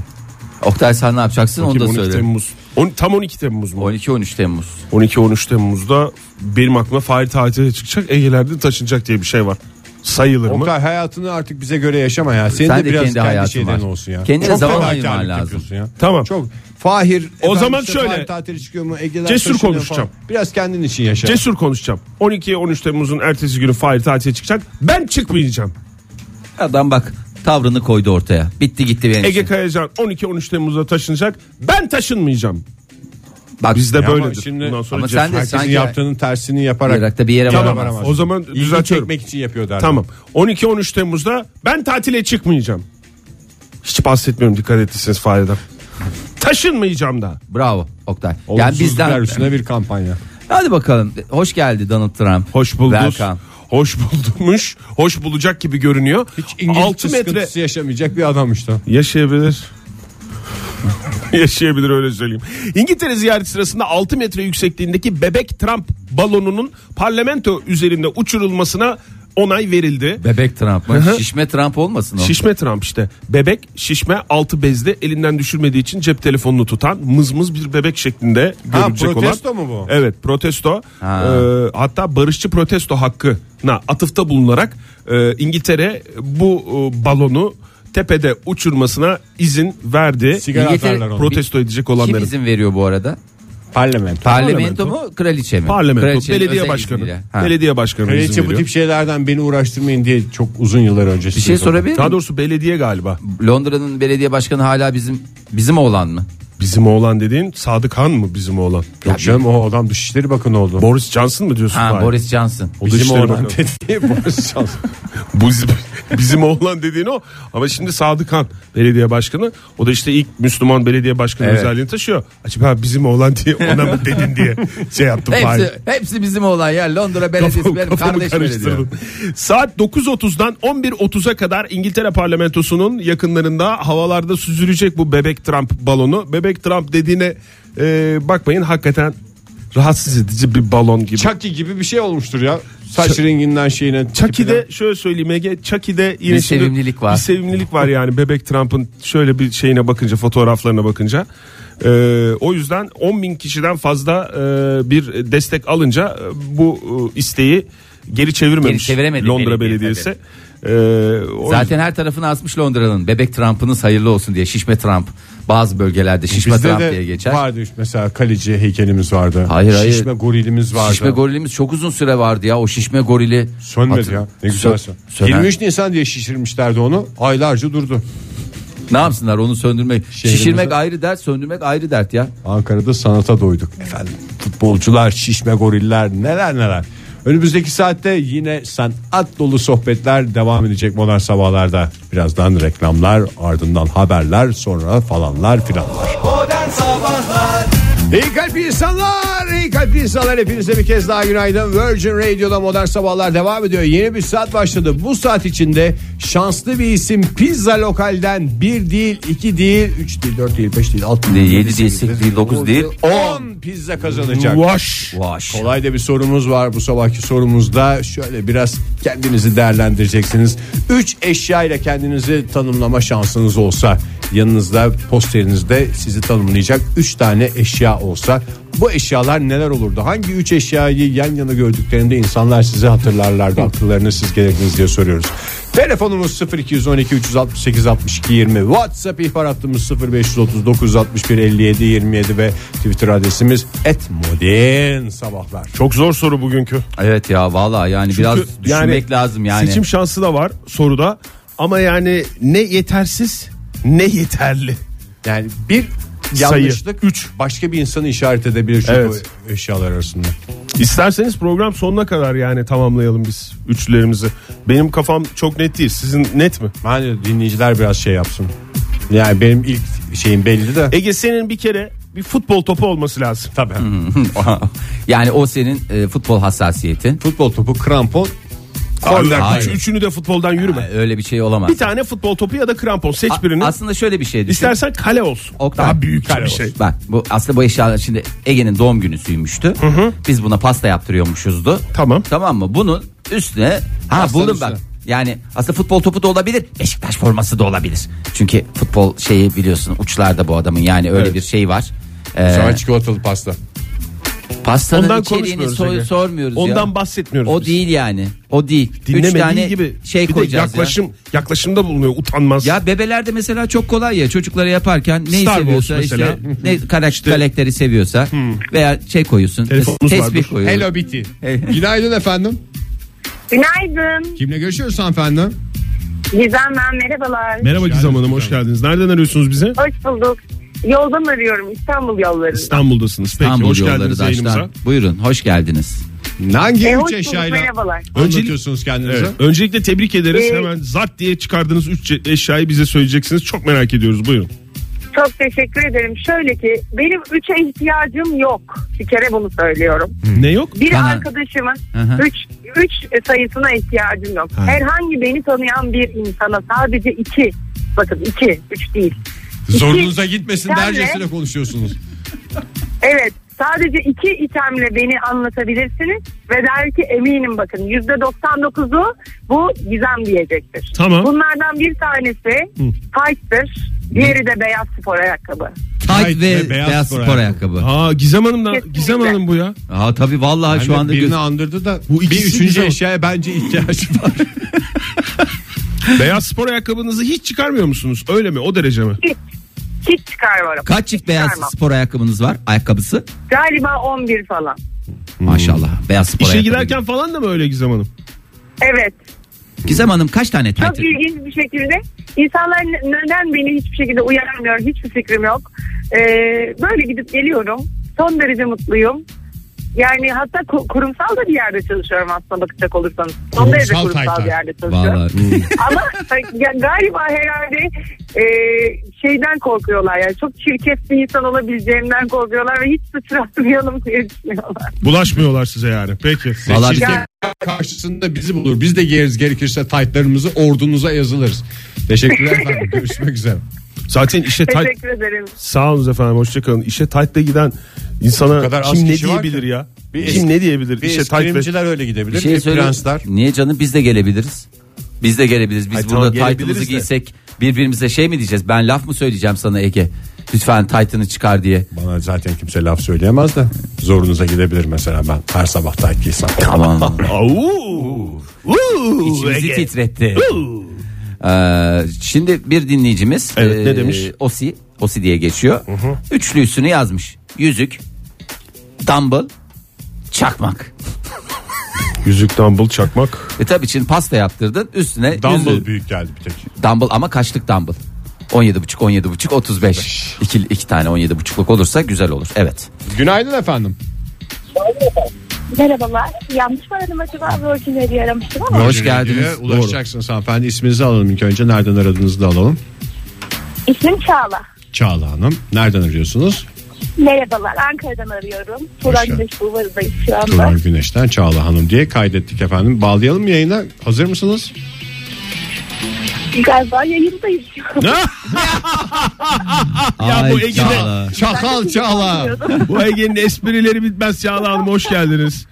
D: Oktay sen ne yapacaksın onu da
C: bakayım, 12
D: söyle.
C: Temmuz. On- tam 12 Temmuz mu?
D: 12-13 Temmuz.
C: 12-13 Temmuz'da benim aklıma Fahri tatile çıkacak. Ege'lerde taşınacak diye bir şey var. Sayılır mı?
B: Oktay hayatını artık bize göre yaşama ya. Senin
D: Sen
B: de,
D: de
B: biraz
D: kendi hayatın
B: kendi şeyden
D: var.
B: olsun ya.
D: Kendine zaman
B: fedakarlık
D: ayırman lazım.
B: yapıyorsun Ya.
C: Tamam.
B: Çok Fahir efendim
C: zaman
B: işte
C: şöyle,
B: Fahir tatile çıkıyor mu? Ege'ler
C: cesur
B: taşınıyor falan.
C: konuşacağım.
B: Biraz kendin için yaşa.
C: Cesur konuşacağım. 12-13 Temmuz'un ertesi günü Fahri tatile çıkacak. Ben çıkmayacağım.
D: Adam bak tavrını koydu ortaya. Bitti gitti benim
C: Ege
D: için.
C: Kayacan 12-13 Temmuz'da taşınacak. Ben taşınmayacağım.
D: Bak,
C: Bizde
B: Ya ama
C: böyledir.
B: şimdi-
C: Bundan sonra
D: Ama
C: cesur.
D: sen de
B: Herkesin
D: sanki
B: yaptığının tersini yaparak
D: Irak'ta bir yere
C: Tamam.
D: varamaz.
C: O zaman
B: ilgi
C: düzeltiyorum.
B: çekmek için yapıyor derler.
C: Tamam. 12-13 Temmuz'da ben tatile çıkmayacağım. Hiç bahsetmiyorum dikkat ettiyseniz Fahri'den. Taşınmayacağım da.
D: Bravo Oktay. Yani
B: Olumsuzluklar
D: bizden
B: üstüne bir kampanya.
D: Hadi bakalım. Hoş geldi Donald Trump.
C: Hoş bulduk.
D: Welcome.
C: Hoş buldumuş. Hoş bulacak gibi görünüyor.
B: İngilizce
C: 6 metre
B: sıkıntısı yaşamayacak bir adam işte.
C: yaşayabilir. yaşayabilir öyle söyleyeyim. İngiltere ziyareti sırasında 6 metre yüksekliğindeki bebek Trump balonunun parlamento üzerinde uçurulmasına onay verildi.
D: Bebek Trump mı? Şişme Trump olmasın o.
C: Şişme Trump işte. Bebek şişme altı bezli elinden düşürmediği için cep telefonunu tutan mızmız bir bebek şeklinde görülecek olan.
B: protesto mu bu?
C: Evet protesto.
D: Ha.
C: Ee, hatta barışçı protesto hakkına atıfta bulunarak e, İngiltere bu e, balonu tepede uçurmasına izin verdi.
B: Sigara
D: İngiltere-
B: atarlar onu.
C: protesto edecek
D: Kim
C: olanların.
D: izin veriyor bu arada?
B: Parlamento.
D: Parlamento mu kraliçe mi?
C: Parlamento,
D: Kraliçenin
C: belediye
D: özel
C: başkanı.
D: izniyle. Ha.
C: Belediye başkanı izin
B: Kraliçe bu
C: veriyor.
B: tip şeylerden beni uğraştırmayın diye çok uzun yıllar önce.
D: Bir şey sorabilir
C: Daha
D: miyim?
C: doğrusu belediye galiba.
D: Londra'nın belediye başkanı hala bizim bizim oğlan mı?
C: Bizim oğlan dediğin Sadık Han mı bizim oğlan?
B: Yok canım o adam Dışişleri Bakanı oldu.
C: Boris Johnson mı diyorsun?
D: Ha
C: Fahir?
D: Boris Johnson.
C: O Dışişleri
B: Bizim oradan
C: Bakanı.
B: dedi Boris Johnson.
C: Bu Bizim oğlan dediğin o. Ama şimdi Sadıkan belediye başkanı. O da işte ilk Müslüman belediye başkanı
D: Evet.
C: özelliğini taşıyor. Acaba bizim oğlan diye ona mı dedin diye şey yaptım. bari.
D: Hepsi, hepsi bizim olan ya Londra Belediyesi benim
C: Kafamı
D: kardeşim belediye.
C: karıştırdım. Saat 9.30'dan 11.30'a kadar İngiltere parlamentosunun yakınlarında havalarda süzülecek bu bebek Trump balonu. Bebek Trump dediğine e, bakmayın hakikaten rahatsız edici bir balon gibi.
B: Chucky gibi bir şey olmuştur ya. Saç renginden şeyine.
C: Chucky'de şöyle söyleyeyim Ege Chucky'de yine
D: Bir
C: şimdi
D: sevimlilik var.
C: Bir sevimlilik var yani bebek Trump'ın şöyle bir şeyine bakınca fotoğraflarına bakınca. Ee, o yüzden 10 bin kişiden fazla e, bir destek alınca e, bu e, isteği geri çevirmemiş
D: Geri çeviremedi
C: Londra
D: belediye
C: Belediyesi. Ee, o
D: Zaten her tarafını asmış Londra'nın. Bebek Trump'ınız hayırlı olsun diye. Şişme Trump. Bazı bölgelerde şişme
B: Bizde
D: Trump diye
B: de
D: geçer.
B: vardı işte mesela kaleci heykelimiz vardı.
D: Hayır, hayır.
B: Şişme gorilimiz vardı.
D: Şişme gorilimiz çok uzun süre vardı ya. O şişme gorili.
B: Sönmedi
D: Hatır-
B: ya. Ne güzel
D: Sö-
B: sön.
D: söner.
B: 23 Nisan diye şişirmişlerdi onu. Aylarca durdu.
D: Ne yapsınlar onu söndürmek.
B: Şehrimize-
D: Şişirmek ayrı dert söndürmek ayrı dert ya.
B: Ankara'da sanata doyduk. Efendim futbolcular, şişme goriller neler neler. Önümüzdeki saatte yine sanat dolu sohbetler devam edecek modern sabahlarda. Birazdan reklamlar, ardından haberler, sonra falanlar filanlar. İyi kalp insanlar, iyi kalp insanlar hepinize bir kez daha günaydın. Virgin Radio'da Modern Sabahlar devam ediyor. Yeni bir saat başladı. Bu saat içinde şanslı bir isim pizza lokalden bir değil, iki değil, üç değil, dört değil, beş değil, altı
D: Değil,
B: değil,
D: yedi değil, sekiz değil, dokuz değil,
B: on pizza kazanacak.
C: Vaş.
D: Vaş.
B: Kolay da bir sorumuz var bu sabahki sorumuzda. Şöyle biraz kendinizi değerlendireceksiniz. Üç eşyayla kendinizi tanımlama şansınız olsa yanınızda posterinizde sizi tanımlayacak üç tane eşya olsa bu eşyalar neler olurdu? Hangi üç eşyayı yan yana gördüklerinde insanlar sizi hatırlarlardı akıllarına siz gelirdiniz diye soruyoruz. Telefonumuz 0212 368 62 20 WhatsApp ihbar hattımız 0539 61 57 27 ve Twitter adresimiz @modern sabahlar.
C: Çok zor soru bugünkü.
D: Evet ya valla yani biraz
C: Çünkü
D: düşünmek lazım yani.
C: Seçim şansı da var soruda ama yani ne yetersiz ne yeterli.
B: Yani bir
C: Sayı.
B: yanlışlık 3 başka bir insanı işaret edebilir çünkü
C: Evet.
B: o eşyalar arasında.
C: İsterseniz program sonuna kadar yani tamamlayalım biz üçlerimizi. Benim kafam çok net değil. Sizin net mi?
B: Hani dinleyiciler biraz şey yapsın. Yani benim ilk şeyim belli de.
C: Ege senin bir kere bir futbol topu olması lazım.
B: Tabii.
D: Hmm. yani o senin e, futbol hassasiyetin.
B: Futbol topu, krampon,
C: Korner.
D: hayır.
C: Üç- üçünü de futboldan yürüme.
D: Ha, Öyle bir şey olamaz.
C: Bir tane futbol topu ya da krampon seç
D: A-
C: birini.
D: aslında şöyle bir şey düşün.
C: İstersen kale olsun.
D: Oktay.
C: Daha büyük
B: Kale
C: bir şey.
D: Bak bu aslında bu eşyalar şimdi Ege'nin doğum günü süymüştü. Biz buna pasta yaptırıyormuşuzdu.
C: Tamam.
D: Tamam mı? Bunun üstüne ha buldum
B: üstüne.
D: bak. Yani aslında futbol topu da olabilir, Beşiktaş forması da olabilir. Çünkü futbol şeyi biliyorsun uçlarda bu adamın yani öyle bir şey var. Ee,
B: sonra çikolatalı pasta.
D: pastanın
C: Ondan
D: içeriğini so-
C: konuşmuyoruz. Ege.
D: sormuyoruz
C: Ondan
D: ya.
C: bahsetmiyoruz.
D: O
C: biz.
D: değil yani. O değil. Üç
C: Dinlemediği
D: tane
C: gibi
D: şey
C: bir de
D: koyacağız ya.
C: yaklaşım yaklaşımda bulunuyor utanmaz.
D: Ya bebelerde mesela çok kolay ya çocuklara yaparken neyi
C: Star Wars
D: seviyorsa
C: mesela.
D: işte ne karak- karakteri seviyorsa veya şey koyuyorsun.
C: Telefonumuz vardır.
D: Tesbih koyuyorsun.
B: Hello Bitty. Günaydın efendim.
E: Günaydın.
B: Kimle görüşüyoruz hanımefendi?
E: Gizem ben merhabalar.
C: Merhaba Gizem Hanım hoş geldiniz. Nereden arıyorsunuz bize?
E: Hoş bulduk. Yoldan arıyorum İstanbul yollarında.
C: İstanbul'dasınız. Peki
D: İstanbul
C: hoş
D: yolları
C: geldiniz
D: Daştan.
C: yayınımıza.
D: Buyurun hoş geldiniz.
B: Hangi
E: E,
B: üç
E: hoş bulduk,
B: eşyayla
E: merhabalar.
B: anlatıyorsunuz kendinizi?
C: Evet. Öncelikle tebrik ederiz.
E: Ee,
C: Hemen zart diye çıkardığınız 3 eşyayı bize söyleyeceksiniz. Çok merak ediyoruz. Buyurun.
E: Çok teşekkür ederim. Şöyle ki benim üçe ihtiyacım yok. Bir kere bunu söylüyorum.
C: Ne yok?
E: Bir
D: Bana-
E: arkadaşımın
D: Hı hı.
E: üç, üç sayısına ihtiyacım yok. Herhangi beni tanıyan bir insana sadece iki. Bakın iki, üç değil. İki-
B: Zorunuza gitmesin
E: Senle-
B: dercesine konuşuyorsunuz.
E: Evet. Sadece iki itemle beni anlatabilirsiniz ve der ki eminim bakın yüzde 99'u bu gizem diyecektir.
C: Tamam.
E: Bunlardan bir tanesi tight'tır, diğeri de beyaz spor ayakkabı.
D: Tayt ve beyaz, spor, ayakkabı.
C: Aa Gizem Hanım da
E: Kesinlikle.
C: Gizem Hanım bu ya.
D: Aa tabii vallahi
B: Ben
D: şu
B: de
D: anda
B: birini
D: göz...
B: andırdı da
C: Bu
B: bu bir
C: ikisi
B: üçüncü
C: güzel.
B: eşyaya bence ihtiyaç var.
C: Beyaz spor ayakkabınızı hiç çıkarmıyor musunuz? Öyle mi? O derece mi?
E: Hiç, hiç çıkarmıyorum.
D: kaç çift beyaz
E: Çıkarmam.
D: spor ayakkabınız var? Ayakkabısı?
E: Galiba 11 falan.
D: Maşallah. Beyaz spor
C: Hmm. İşe
D: ayakkabı.
C: giderken falan da mı öyle Gizem Hanım?
E: Evet.
D: Gizem Hanım kaç tane
E: Çok
D: tayt?
E: ilginç bir şekilde insanlar ne- neden beni hiçbir şekilde uyarmıyor hiçbir fikrim yok. Ee, böyle gidip geliyorum. Son derece mutluyum. Yani hatta ku- kurumsal da bir yerde çalışıyorum aslında bakacak olursanız. Son
B: Kurumsal
E: derece kurumsal
B: tayfa.
E: bir yerde çalışıyorum.
D: Vallahi.
C: Hmm.
E: Ama ya galiba herhalde e, şeyden korkuyorlar yani çok çirkef bir insan olabileceğimden korkuyorlar ve hiç sıçratmayalım diye düşünüyorlar.
C: Bulaşmıyorlar size yani. Peki.
D: Vallahi biz de-
E: Yani
B: Karşısında bizi bulur. Biz de giyeriz gerekirse taytlarımızı ordunuza yazılırız. Teşekkürler efendim. Görüşmek üzere.
C: Zaten işe tight.
E: teşekkür ederim.
C: Sağolunuz efendim hoşçakalın. İşe tight'le giden
B: O kadar
C: insana
B: az
C: kim ne
B: kişi var
C: diyebilir
B: ki.
C: ya?
B: Bir
C: kim
B: es-
C: ne diyebilir?
B: Bir
C: İşe tight'le.
B: eskrimciler öyle gidebilir. Bir
D: Bir şey söyle.
B: prensler.
D: Niye canım biz de gelebiliriz. Biz de gelebiliriz. Biz
C: Ay tamam,
D: burada
C: gelebiliriz
D: taytımızı
C: de.
D: giysek birbirimize şey mi diyeceğiz? Ben laf mı söyleyeceğim sana Ege? Lütfen taytını çıkar diye.
B: Bana zaten kimse laf söyleyemez de zorunuza gidebilir mesela ben her sabah tayt giysem.
D: Aman.
C: Au! Uuu!
D: İçimizi
C: Ege.
D: titretti. Ee, şimdi bir dinleyicimiz ee,
C: Evet, ne demiş?
D: Osi Osi diye geçiyor. Üçlüsünü yazmış. Yüzük, dumbbell, çakmak.
C: Yüzük dumbbell çakmak.
D: E tabii için pasta yaptırdın üstüne
B: Dumble
D: yüzüğü.
B: büyük geldi bir tek.
D: Dumbbell ama kaçlık dumbbell? 17,5 17,5 35. İki, iki tane 17,5'luk olursa güzel olur. Evet.
B: Günaydın efendim.
F: Merhabalar. Yanlış mı aradım acaba? Virgin Radio'yu aramıştım ama.
D: Hoş geldiniz.
B: Virgin'e Ulaşacaksınız hanımefendi. İsminizi alalım ilk önce. Nereden aradığınızı da alalım.
F: İsmim Çağla.
B: Çağla Hanım. Nereden arıyorsunuz?
F: Merhabalar. Ankara'dan arıyorum.
B: Hoş
F: Turan
B: geldin.
F: Güneş Bulvarı'dayız şu anda.
B: Turan Güneş'ten Çağla Hanım diye kaydettik efendim. Bağlayalım mı yayına. Hazır mısınız?
F: Galiba yayındayız.
C: Ya bu Ege'de-
B: Çakal Çağla.
C: Bu Ege'nin esprileri bitmez Çağla Hanım hoş geldiniz.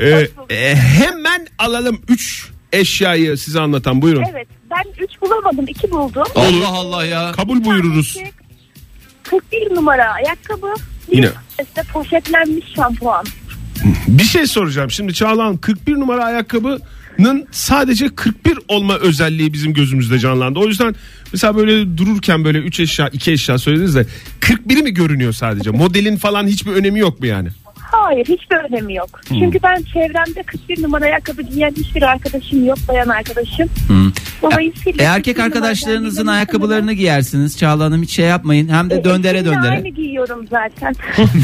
C: Ee, e, hemen alalım 3 eşyayı size anlatan buyurun.
F: evet. Ben 3 bulamadım. 2 buldum.
D: Allah Allah ya.
C: Kabul buyururuz.
F: şey. 41 numara ayakkabı. Bir
C: Yine.
F: tanesi de poşetlenmiş şampuan.
C: Bir şey soracağım şimdi Çağla Hanım 41 numara ayakkabının sadece 41 olma özelliği bizim gözümüzde canlandı. O yüzden mesela böyle dururken böyle 3 eşya 2 eşya söylediniz de 41'i mi görünüyor sadece? Modelin falan hiçbir önemi yok mu yani?
F: Hayır hiçbir önemi yok. Çünkü ben çevremde 41 numara ayakkabı giyen hiçbir arkadaşım yok. Bayan arkadaşım.
D: E,
F: Dolayısıyla
D: erkek
F: 41 numara
D: arkadaşlarınızın
F: giyen
D: ayakkabılarını giyersiniz. Çağla Hanım hiç şey yapmayın.
B: E,
D: Hem de döndere
F: Eşimle
D: döndere.
F: Aynı giyiyorum zaten.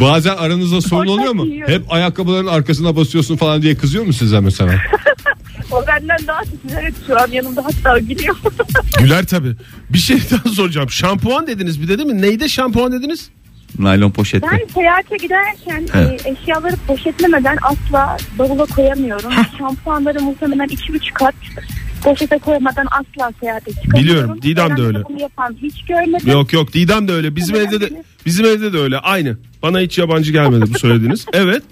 B: Bazen aranızda sorun
F: Ortak
B: oluyor mu?
F: giyiyorum.
B: Hep ayakkabıların arkasına basıyorsun falan diye kızıyor mu size mesela?
F: O benden daha titrerek şu an yanımda hatta gülüyor.
C: Güler tabii. Bir şey daha soracağım. Şampuan dediniz bir de değil mi? Neyde şampuan dediniz?
D: Naylon poşetle.
F: ben seyahate giderken
D: Evet.
F: e, eşyaları poşetlemeden asla bavula koyamıyorum. Şampuanları muhtemelen iki buçuk kat poşete koymadan asla seyahate çıkamıyorum.
C: Biliyorum, Didem de
F: Çevremde
C: öyle.
F: Bunu yapan hiç görmedim.
C: Yok yok Didem de öyle. Bizim evde de bizim evde de öyle. Aynı. Bana hiç yabancı gelmedi bu söylediğiniz. Evet.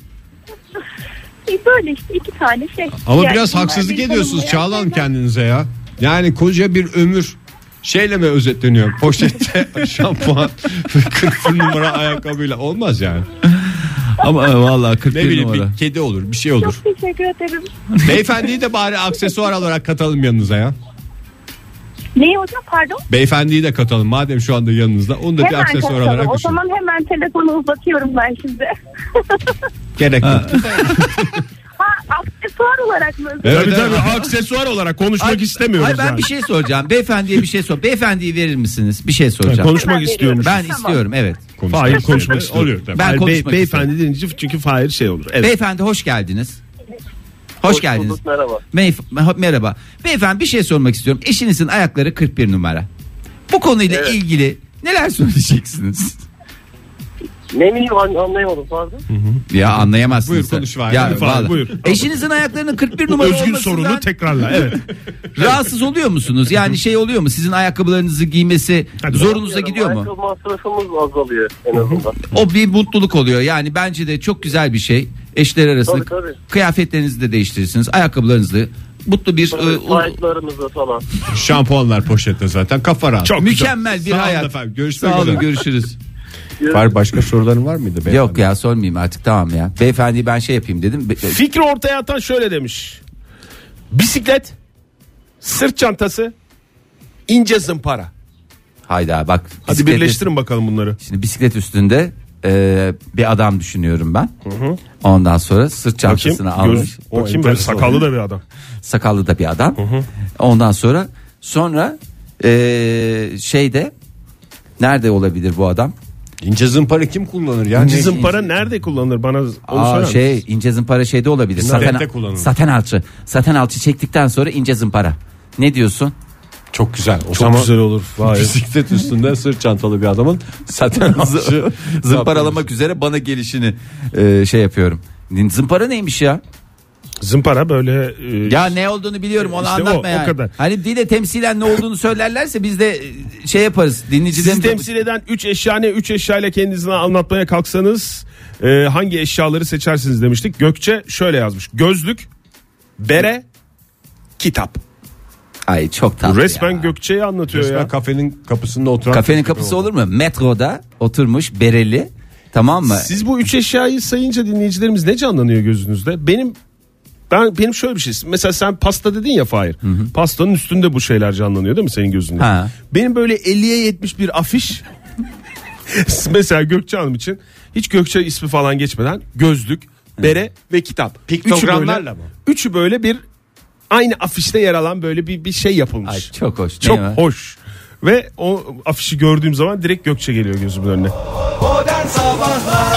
F: E, Böyle işte iki tane şey.
B: Ama
F: Yani
B: biraz
F: bunlar
B: haksızlık
F: bir
B: ediyorsunuz
F: konumda.
B: Çağla Hanım
F: Yani
B: kendinize ya. Yani koca bir ömür şeyle mi özetleniyor? Poşette şampuan 40 numara ayakkabıyla olmaz yani.
D: Ama e, vallahi 41
B: Ne bileyim
D: numara.
B: bir kedi olur bir şey olur.
F: Çok teşekkür ederim.
B: Beyefendiyi de bari aksesuar olarak katalım yanınıza ya.
F: Neyi hocam pardon?
B: Beyefendiyi de katalım madem şu anda yanınızda onu da bir
F: hemen
B: aksesuar
F: kapatalım.
B: olarak
F: O
B: düşünün.
F: zaman hemen telefonu uzatıyorum ben şimdi.
B: Gerek yok.
F: Ha aksesuar olarak mı?
B: Evet,
C: tabii
B: evet.
C: tabii aksesuar olarak konuşmak
D: Ay-
C: istemiyoruz
D: Ay ben
C: yani.
D: bir şey soracağım. Beyefendiye bir şey sor. Beyefendiyi verir misiniz? Bir şey soracağım.
C: Konuşmak istiyormuş.
D: ben
F: Tamam.
D: istiyorum evet.
B: Konuşmak
C: Fahir
B: isteyen
C: konuşmak istiyor.
B: Oluyor tabii.
D: Ben
C: Hayır,
D: konuşmak istiyorum.
C: Beyefendi denince çünkü Fahir şey olur. Evet.
D: Beyefendi hoş geldiniz. Hoş, geldiniz.
G: bulduk, merhaba.
D: Meyf- merhaba. Beyefendi bir şey sormak istiyorum. Eşinizin ayakları 41 numara. Bu konuyla
G: Evet.
D: ilgili neler söyleyeceksiniz?
G: Ne miyim an- anlayamadım pardon.
D: Ya anlayamazsınız.
B: Buyur,
D: sen.
B: konuş Fahir.
D: Ya,
B: Hadi
C: Fahir,
D: vallahi.
C: buyur.
D: Eşinizin ayaklarının 41
C: Bu
D: numara
C: özgün
D: olmasından
C: sorunu tekrarla. Evet.
D: rahatsız oluyor musunuz? Yani şey oluyor mu? Sizin ayakkabılarınızı giymesi zorunuza gidiyor mu? Ee,
G: Ayakkabı masrafımız azalıyor en azından.
D: O bir mutluluk oluyor. Yani bence de çok güzel bir şey. Eşler arasında
G: Tabii, tabii.
D: kıyafetlerinizi de değiştirirsiniz. Ayakkabılarınızı da. mutlu bir e,
G: Böyle
D: u-
G: Sahiplerimizle falan.
B: Şampuanlar poşette zaten kafa rahat.
C: Çok güzel.
D: mükemmel bir
B: Sağ olun
D: hayat.
B: efendim, görüşmek
D: Sağ olun
B: üzere.
D: görüşürüz.
B: Var başka soruların var mıydı beyefendi?
D: Yok ya sormayayım artık tamam ya. Beyefendi ben şey yapayım dedim. Be-
C: Fikri ortaya atan şöyle demiş. Bisiklet, sırt çantası, ince zımpara.
D: Hayda bak.
C: Hadi
D: bisiklet-
C: birleştirin bakalım bunları.
D: Şimdi bisiklet üstünde e, bir adam düşünüyorum ben. Ondan sonra sırt çantasını almış.
C: göz, o kim böyle sakallı da bir adam.
D: sakallı da bir adam. Ondan sonra e, sonra eee şeyde nerede olabilir bu adam?
B: İnce zımpara kim kullanır ya?
C: İnce
B: Ne-
C: zımpara nerede kullanılır bana onu
D: Aa,
C: söyler misin?
D: şey ince zımpara şeyde olabilir.
B: Bunlar
D: Saten,
B: renkte kullanılır.
D: saten alçı. Saten alçı çektikten sonra ince zımpara. Ne diyorsun?
B: Çok güzel. O zaman
C: güzel olur. Vay.
B: bisiklet üstünde sırt çantalı bir adamın zaten
D: Zı- Zımparalamak üzere bana gelişini e, şey yapıyorum. Zımpara neymiş ya?
C: Zımpara böyle e,
D: Ya ne olduğunu biliyorum onu
C: İşte
D: anlatma
C: o, o
D: yani.
C: kadar.
D: Hani dile temsilen ne olduğunu söylerlerse biz de e, şey yaparız. Dinleyicilerin
C: Sizi temsil eden 3 eşya ne? 3 eşyayla kendinizi anlatmaya kalksanız e, hangi eşyaları seçersiniz demiştik. Gökçe şöyle yazmış. Gözlük, bere, kitap.
D: Ay çok tatlı
C: Resmen
D: ya.
C: Gökçe'yi anlatıyor
B: Resmen
C: ya.
B: kafenin kapısında oturan.
D: Kafenin kapısı olur mu? Metroda oturmuş bereli tamam mı?
C: Siz bu üç eşyayı sayınca dinleyicilerimiz ne canlanıyor gözünüzde? Benim ben benim şöyle bir şey. Mesela sen pasta dedin ya Fahir. Pastanın üstünde bu şeyler canlanıyor değil mi senin gözünde?
D: Ha.
C: Benim böyle 50'ye 70 bir afiş. Mesela Gökçe Hanım için hiç Gökçe ismi falan geçmeden gözlük, bere ve kitap.
B: Piktogramlarla
C: Üçü böyle-
B: mı?
C: Üçü böyle bir aynı afişte yer alan böyle bir bir şey yapılmış.
D: Ay çok hoş.
C: Çok
D: Değil mi?
C: hoş. Ve o afişi gördüğüm zaman direkt Gökçe geliyor gözümün önüne.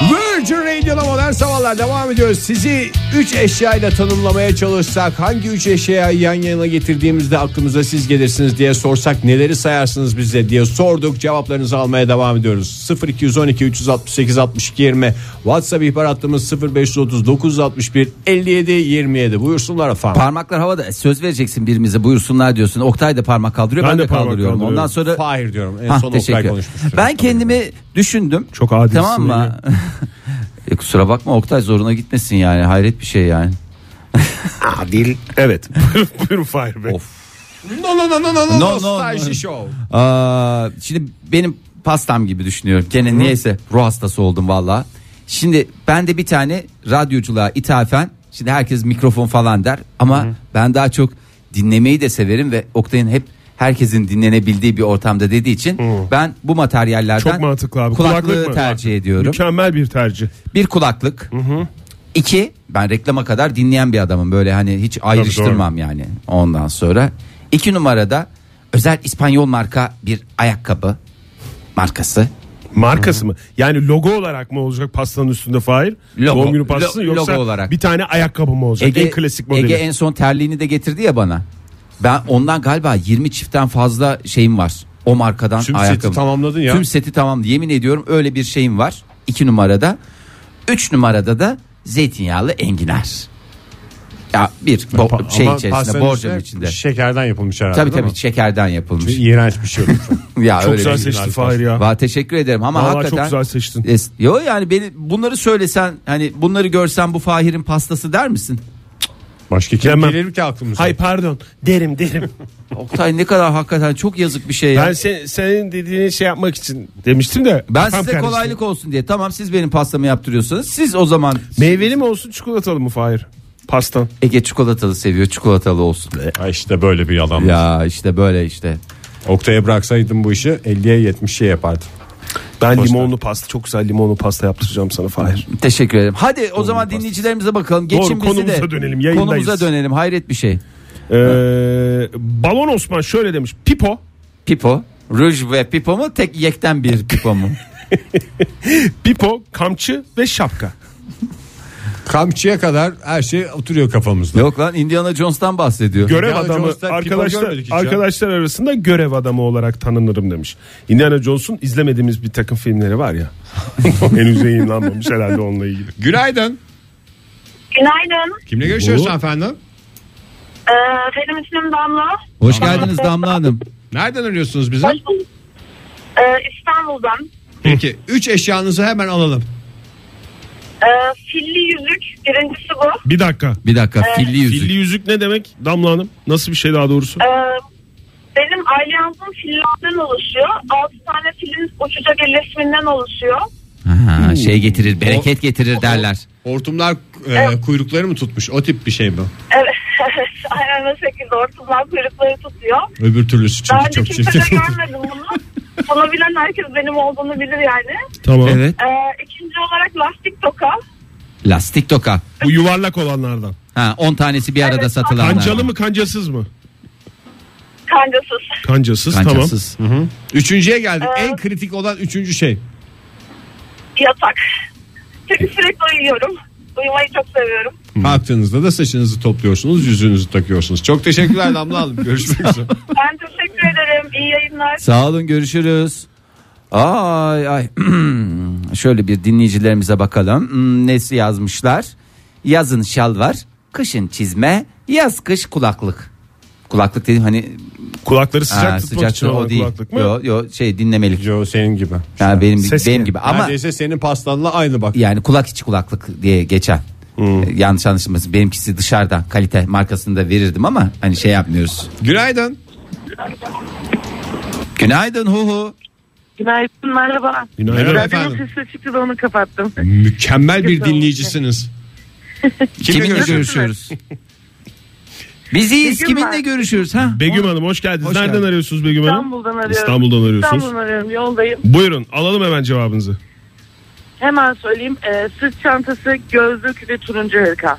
B: Virgin Radio'da modern sabahlar devam ediyor. Sizi 3 eşyayla tanımlamaya çalışsak hangi 3 eşyayı yan yana getirdiğimizde aklımıza siz gelirsiniz diye sorsak neleri sayarsınız bize diye sorduk. Cevaplarınızı almaya devam ediyoruz. 0212 368 62 20 WhatsApp ihbar hattımız 0530 961 57 27 buyursunlar efendim.
D: Parmaklar havada. E, Söz vereceksin birimize buyursunlar diyorsun. Oktay da parmak kaldırıyor.
C: Ben
D: Ben,
C: de
D: de
C: parmak
D: kaldırıyorum.
C: kaldırıyorum.
D: Ondan sonra
B: Fahir diyorum. En
D: Hah,
B: son Oktay
D: teşekkür.
B: konuşmuştur.
D: Ben kendimi düşündüm.
C: Çok adilsin
D: Tamam mı? E, kusura bakma Oktay zoruna gitmesin yani. Hayret bir şey yani.
C: Evet. Buyurun Fahir Bey.
B: No no no no no no,
D: No, no,
B: nostalji
D: no.
B: show.
D: Aa, şimdi benim pastam gibi düşünüyorum. Gene niyeyse ruh hastası oldum valla. Şimdi ben de bir tane radyoculuğa ithafen şimdi herkes mikrofon falan der ama ben daha çok dinlemeyi de severim ve Oktay'ın hep herkesin dinlenebildiği bir ortamda dediği için ben bu materyallerden
C: Çok mantıklı abi.
D: kulaklığı
C: Kulaklık mı?
D: tercih ediyorum.
C: Mükemmel bir tercih.
D: Bir kulaklık. İki ben reklama kadar dinleyen bir adamım böyle hani hiç ayrıştırmam yani ondan sonra. iki numarada özel İspanyol marka bir ayakkabı markası.
C: Markası mı? Yani logo olarak mı olacak pastanın üstünde Fahir?
D: Logo.
C: Doğum günü pastası
D: Lo-
C: yoksa
D: logo olarak.
C: bir tane ayakkabı mı olacak? en klasik modeli.
D: Ege en son terliğini de getirdi ya bana. Ben ondan galiba 20 çiftten fazla şeyim var. O markadan
B: Tüm seti
D: ayakkabı.
B: tamamladın ya.
D: Tüm seti tamamladı. Yemin ediyorum öyle bir şeyim var. 2 numarada. 3 numarada da zeytinyağlı enginar. Ya bir bo-
B: Pa-
D: şey
B: ama
D: içerisinde
B: pastanın
D: borcam
B: üstüne
D: içinde.
C: şey
B: Şekerden yapılmış herhalde.
D: Tabii
B: değil
D: tabii şekerden yapılmış.
B: mi? İğrenç bir şey olmuş.
D: ya
C: çok
D: öyle
C: güzel
D: bir- şey.
C: seçti Fahir ya.
D: Va teşekkür ederim ama
C: Vallahi
D: hakikaten
C: çok güzel seçtin.
D: Es- Yo yani beni bunları söylesen hani bunları görsen bu Fahir'in pastası der misin?
B: Başka kim
C: Demem.
B: gelir ki aklımıza?
C: Hay pardon derim derim.
D: Oktay ne kadar hakikaten çok yazık bir şey ya.
C: ben
D: Ben,
C: sen, senin dediğini şey yapmak için demiştim de. kafam
D: size
C: karıştı.
D: kolaylık olsun diye. Tamam siz benim pastamı yaptırıyorsunuz. Siz o zaman
C: Meyveli mi olsun çikolatalı mı Fahir? Pastan.
D: Ege çikolatalı seviyor. Çikolatalı olsun.
C: E,
B: Ha işte böyle bir adam.
D: Ya işte böyle işte.
B: Oktay'a bıraksaydım bu işi 50'ye 70'e yapardım.
C: Ben limonlu pasta çok güzel limonlu pasta yaptıracağım sana Fahir.
D: Teşekkür ederim. Hadi o zaman dinleyicilerimize bakalım. Geçin
C: Doğru,
D: bizi
C: konumuza
D: de.
C: dönelim, yayındayız.
D: Konumuza dönelim. Hayret bir şey.
C: Ee, Balon Osman şöyle demiş. Pipo.
D: Pipo. Ruj ve pipo mu? Tek yekten bir pipo mu?
C: Pipo, kamçı ve şapka.
B: Kamçıya kadar her şey oturuyor kafamızda.
D: Yok lan Indiana Jones'tan bahsediyor.
C: Görev
B: Indiana
C: adamı
B: Jones'ta pipo
C: arkadaşlar
B: görmedik hiç ya.
C: arkadaşlar arasında görev adamı olarak tanınırım demiş. Indiana Jones'un izlemediğimiz bir takım filmleri var ya. Henüz yayınlanmamış herhalde onunla ilgili.
B: Günaydın.
F: Günaydın.
B: Kimle görüşüyoruz
C: Bu-
B: efendim?
F: Ee, benim ismim Damla.
D: Hoş geldiniz Damla Hanım.
B: Nereden arıyorsunuz bizi?
F: Hoş bulduk. Ee, İstanbul'dan.
B: Peki 3 eşyanızı hemen alalım.
F: Ee, filli yüzük birincisi bu.
C: Bir dakika.
D: Bir dakika filli yüzük.
C: Filli yüzük ne demek Damla Hanım? Nasıl bir şey daha doğrusu?
F: Ee, benim alyansım fillerden oluşuyor. 6 tane filin uçacak iletişiminden oluşuyor.
D: Ha, şey getirir bereket getirir derler.
B: Hortumlar e, kuyrukları mı tutmuş? O tip bir şey mi?
F: Evet, evet aynen o şekilde ortadan kuyrukları tutuyor.
B: Öbür türlüsü
F: Daha
B: çünkü
F: önce
B: çok
F: kimse
B: çirkin.
F: de görmedim bunu. Bunu bilen herkes benim olduğunu bilir yani.
C: Tamam.
D: Evet.
F: Ee, ikinci olarak lastik toka.
D: Lastik toka.
C: Bu yuvarlak olanlardan.
D: Ha 10 tanesi bir arada satılanlar.
C: Kancalı mı kancasız mı?
F: Kancasız.
C: Kancasız,
D: Kancasız.
F: Ee?
B: Üçüncüye geldik. En kritik olan üçüncü şey.
F: yatak. Çünkü sürekli uyuyorum. Uyumayı çok seviyorum.
B: Hmm. Kalktığınızda da saçınızı topluyorsunuz, yüzünüzü takıyorsunuz. Çok teşekkürler Damla Hanım. Görüşmek üzere.
F: Ben teşekkür ederim. İyi yayınlar.
D: Sağ olun görüşürüz. Ay ay. Şöyle bir dinleyicilerimize bakalım. Hmm, Nesi yazmışlar? Yazın şal var, kışın çizme, yaz kış kulaklık. Kulaklık dediğim hani
C: Kulakları sıcak
D: ha,
C: tutmak
D: sıcak
C: için
D: su-
C: olan
D: o değil.
C: kulaklık mı? Şey,
D: Yo, yo, şey dinlemelik.
B: Yo, senin gibi.
D: Yani benim
C: ses
D: benim
C: gibi.
D: gibi ama
B: Neredeyse senin pastanla aynı bak.
D: yani kulak içi kulaklık diye geçen. Ee, Yanlış anlaşılmasın. Benimkisi dışarıda kalite markasını da verirdim ama hani şey yapmıyoruz.
B: Günaydın.
D: Günaydın hu hu.
E: Günaydın merhaba.
B: Günaydın
E: Ben
B: efendim.
E: benim sesi çıktı da onu kapattım.
B: Mükemmel bir
E: Güzel.
B: dinleyicisiniz.
D: Kiminle,
B: görüşüyorsunuz?
D: görüşüyoruz? Biz iyiyiz.
E: Begüm
D: Kiminle
E: var.
D: görüşüyoruz ha?
C: Begüm Hanım hoş geldiniz.
D: Hoş
C: Nereden
D: geldin.
C: arıyorsunuz Begüm Hanım?
E: İstanbul'dan arıyorum.
C: İstanbul'dan arıyorsunuz.
E: İstanbul'dan arıyorum yoldayım.
C: Buyurun alalım hemen cevabınızı.
E: Hemen söyleyeyim. Ee, sırt çantası, gözlük ve turuncu hırka.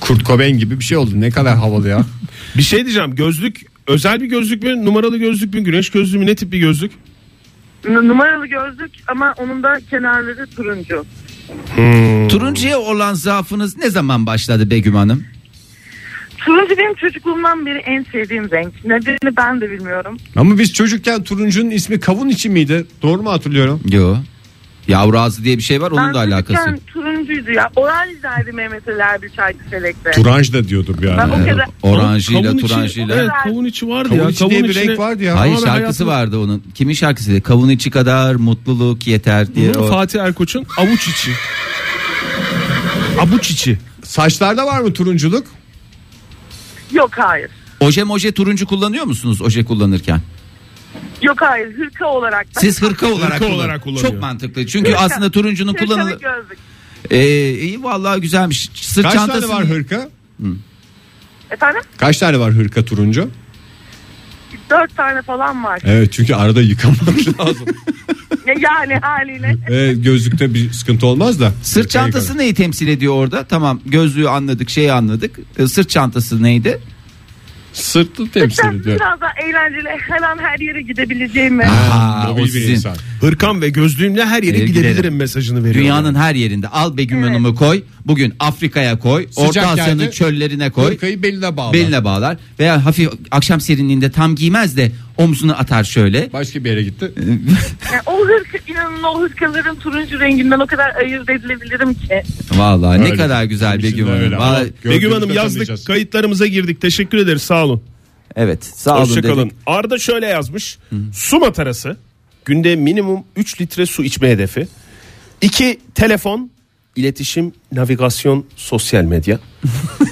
B: Kurt Cobain gibi bir şey oldu. Ne kadar havalı ya.
C: Bir şey diyeceğim gözlük özel bir gözlük mü numaralı gözlük mü güneş gözlüğü mü ne tip bir gözlük?
E: N- numaralı gözlük ama onun da kenarları turuncu.
D: Hmm. Turuncuya olan zaafınız ne zaman başladı Begüm Hanım?
E: Turuncu benim çocukluğumdan beri en sevdiğim renk. Nedenini ben de bilmiyorum.
B: Ama biz çocukken turuncunun ismi kavun içi miydi? Doğru mu hatırlıyorum?
D: Yo. Yavru ağzı diye bir şey var onun
E: ben
D: da alakası.
E: çocukken turuncuydu ya. Oranj derdi Mehmet Ali Erbil Çaycı Selek'te.
B: Turanj da diyordum bir
E: Ben
B: ara.
E: o
D: Ee,
E: kadar...
D: Oranjıyla
C: Kavun içi- Evet
D: turanjıyla.
C: kavun içi vardı
B: Kavun
C: ya.
B: içi diye bir renk vardı ya.
D: Hayır
C: Abi
D: şarkısı
C: hayatım-
D: vardı onun. Kimin şarkısıydı? Kavun içi kadar mutluluk yeter diye.
C: Hı,
D: o-
C: Fatih Erkoç'un avuç içi. avuç içi.
B: Saçlarda var mı turunculuk?
E: Yok hayır.
D: Oje moje turuncu kullanıyor musunuz oje kullanırken?
E: Yok hayır. Hırka olarak da.
D: Siz hırka olarak, kullan-
C: olarak kullanıyor.
D: Çok mantıklı. Çünkü
E: Hırka.
D: aslında turuncunun
E: Hırkalı
D: kullanılı.
E: gözlük.
D: Ee, iyi vallahi güzelmiş. Sırt
B: Kaç
D: çantası
B: tane var hırka?
E: Efendim?
B: Kaç tane var hırka turuncu?
E: Dört tane falan var.
B: Evet çünkü arada yıkamak lazım.
E: Ne yani haliyle.
B: Evet, gözlükte bir sıkıntı olmaz da.
D: Sırt çantası neyi temsil ediyor orada? Tamam gözlüğü anladık şeyi anladık. Ee, Sırt çantası neydi?
B: Sırtı temsil
E: Sen
B: ediyor.
E: biraz daha eğlenceli. Her an her yere gidebileceğim. mi?
D: Aa,
B: Mobil
D: o
B: bir
D: sizin.
B: insan.
C: Hırkam ve gözlüğümle her yere
D: Ee, gidelim.
C: gidebilirim mesajını veriyor.
D: Dünyanın her yerinde al Begüm
E: Evet.
D: Hanım'ı koy. Bugün Afrika'ya koy. Orta
B: geldi.
D: Asya'nın çöllerine koy.
B: Hırkayı beline bağlar.
D: Beline bağlar veya hafif akşam serinliğinde tam giymez de omzunu atar şöyle.
B: Başka bir yere gitti.
E: Yani o hırka inanın o hırkaların turuncu renginden o kadar ayırt edilebilirim ki.
D: Vallahi ne
B: Öyle.
D: kadar güzel
B: Bizim
D: Begüm
B: de
D: Hanım.
B: öyle.
D: Vallahi-
C: Begüm Hanım
B: Gördüğümüzde
C: yazdık
B: tanıyacağız.
C: kayıtlarımıza girdik. Teşekkür ederiz sağ olun.
D: Evet sağ olun
C: Hoşçakalın.
D: dedik.
C: Arda şöyle yazmış. Su matarası. Günde minimum 3 litre su içme hedefi. 2 telefon, iletişim, navigasyon, sosyal medya.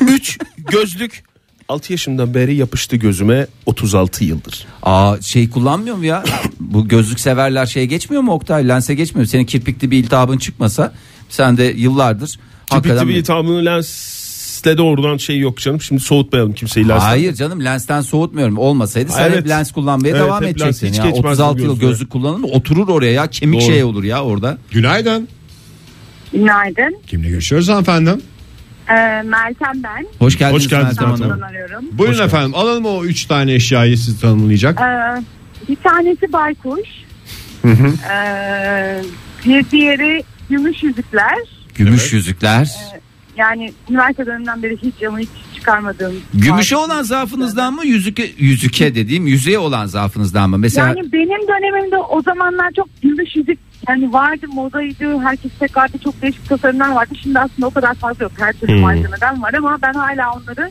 C: 3 gözlük. 6 yaşımdan beri yapıştı gözüme 36 yıldır.
D: Aa şey kullanmıyor mu ya? Bu gözlük severler şey geçmiyor mu Oktay? Lense geçmiyor mu? Senin kirpikli bir iltihabın çıkmasa sen de yıllardır hakikaten-
C: Hakikaten bir tamamını lensle doğrudan şey yok canım. Şimdi soğutmayalım kimseyi lensle.
D: Hayır canım lensten soğutmuyorum. Olmasaydı sen
C: Evet.
D: hep lens kullanmaya
C: Evet,
D: devam
C: hep lens.
D: edeceksin.
C: Hiç
D: ya.
C: geçmez bu
D: 36 yıl
C: gözlüğe.
D: gözlük kullanılır oturur oraya ya kemik
C: Doğru.
D: şey olur ya orada.
B: Günaydın.
F: Günaydın.
B: Kimle görüşüyoruz hanımefendim?
F: Ee, Meltem ben.
D: Hoş geldiniz.
C: Hoş geldiniz
D: Meltem
C: Meltem
D: Hanım.
F: Buradan arıyorum.
B: Buyurun efendim alalım o üç tane eşyayı siz tanımlayacak.
F: Ee, bir tanesi baykuş. Ee, bir diğeri gümüş yüzükler.
D: Gümüş yüzükler.
F: Yani üniversite döneminden beri hiç yanı hiç çıkarmadığım.
D: Gümüşe olan zaafınızdan mı yüzüke, yüzüke dediğim yüzeye olan zaafınızdan mı? Mesela
F: Yani benim dönemimde o zamanlar çok gümüş yüzük yani vardı modaydı. Herkes tekrarda çok değişik tasarımlar vardı. Şimdi aslında o kadar fazla yok. Her
C: Hmm.
F: türlü malzemeden var ama ben hala onları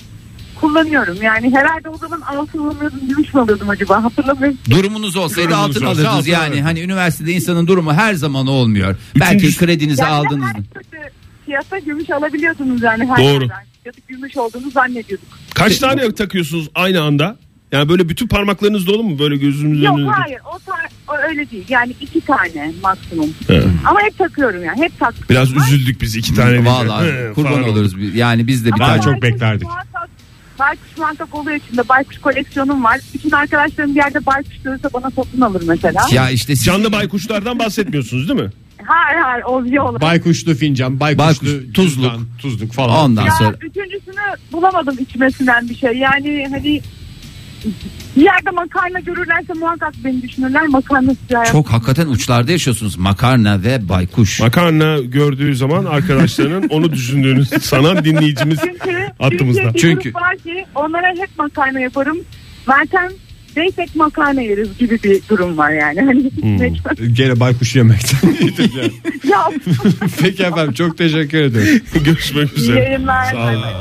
F: kullanıyorum. Yani herhalde o zaman altın alıyordum, gümüş mü alıyordum acaba? Hatırlamıyorum.
D: durumunuz olsaydı
B: Durumunuz olsa
D: altın alırdınız
B: altın
D: yani.
B: alırdınız.
D: Hani üniversitede insanın durumu her zaman olmuyor. Belki kredinizi
F: Yani
D: aldınız.
F: her türlü fiyata gümüş alabiliyordunuz yani her
C: Doğru.
F: yerden. Ya da gümüş olduğunu zannediyorduk.
D: Şey-
C: Kaç tane takıyorsunuz aynı anda? Yani böyle bütün parmaklarınız dolu mu? Böyle gözünüzün
F: Yok
C: önünde.
F: hayır o, tar- o öyle değil. Yani iki tane maksimum.
C: Evet.
F: Ama hep takıyorum yani. Hep tak.
C: Biraz üzüldük biz iki tane. deyince.
D: Vallahi
C: He,
D: kurban
C: falan oldu.
D: oluruz. Yani biz de bir
F: Ama
D: tane.
B: çok
F: baykuş
B: beklerdik.
F: muhakkak- Baykuş muhakkak oluyor içinde. Baykuş koleksiyonum var. Bütün arkadaşlarım bir yerde baykuş görürse bana satın alır mesela.
D: Ya işte siz-
C: Canlı baykuşlardan bahsetmiyorsunuz değil mi?
F: Hayır hayır oluyor olur.
B: Baykuşlu fincan, baykuşlu
D: Baykuş, tuzluk.
B: cüzdan, tuzluk falan.
D: ondan
F: Ya
D: sonra
F: üçüncüsünü bulamadım içmesinden bir şey. Yani hani Bir yerde makarna görürlerse muhakkak beni düşünürler. Makarna sıcağı
H: Çok hakikaten uçlarda yaşıyorsunuz. Makarna ve baykuş.
C: Makarna gördüğü zaman arkadaşlarının onu düşündüğünü sanan dinleyicimiz
F: Çünkü,
C: Attığımızda.
F: çünkü, bir
H: Çünkü-
F: grup var ki onlara hep makarna yaparım. Zaten beş et makarna yeriz gibi bir durum var yani. Hani ne-
B: Gene baykuş yemekten iyidir yani.
F: ya
B: Peki efendim çok teşekkür ederim.
C: görüşmek
F: iyi
C: üzere.
F: yayınlar. Bay bay.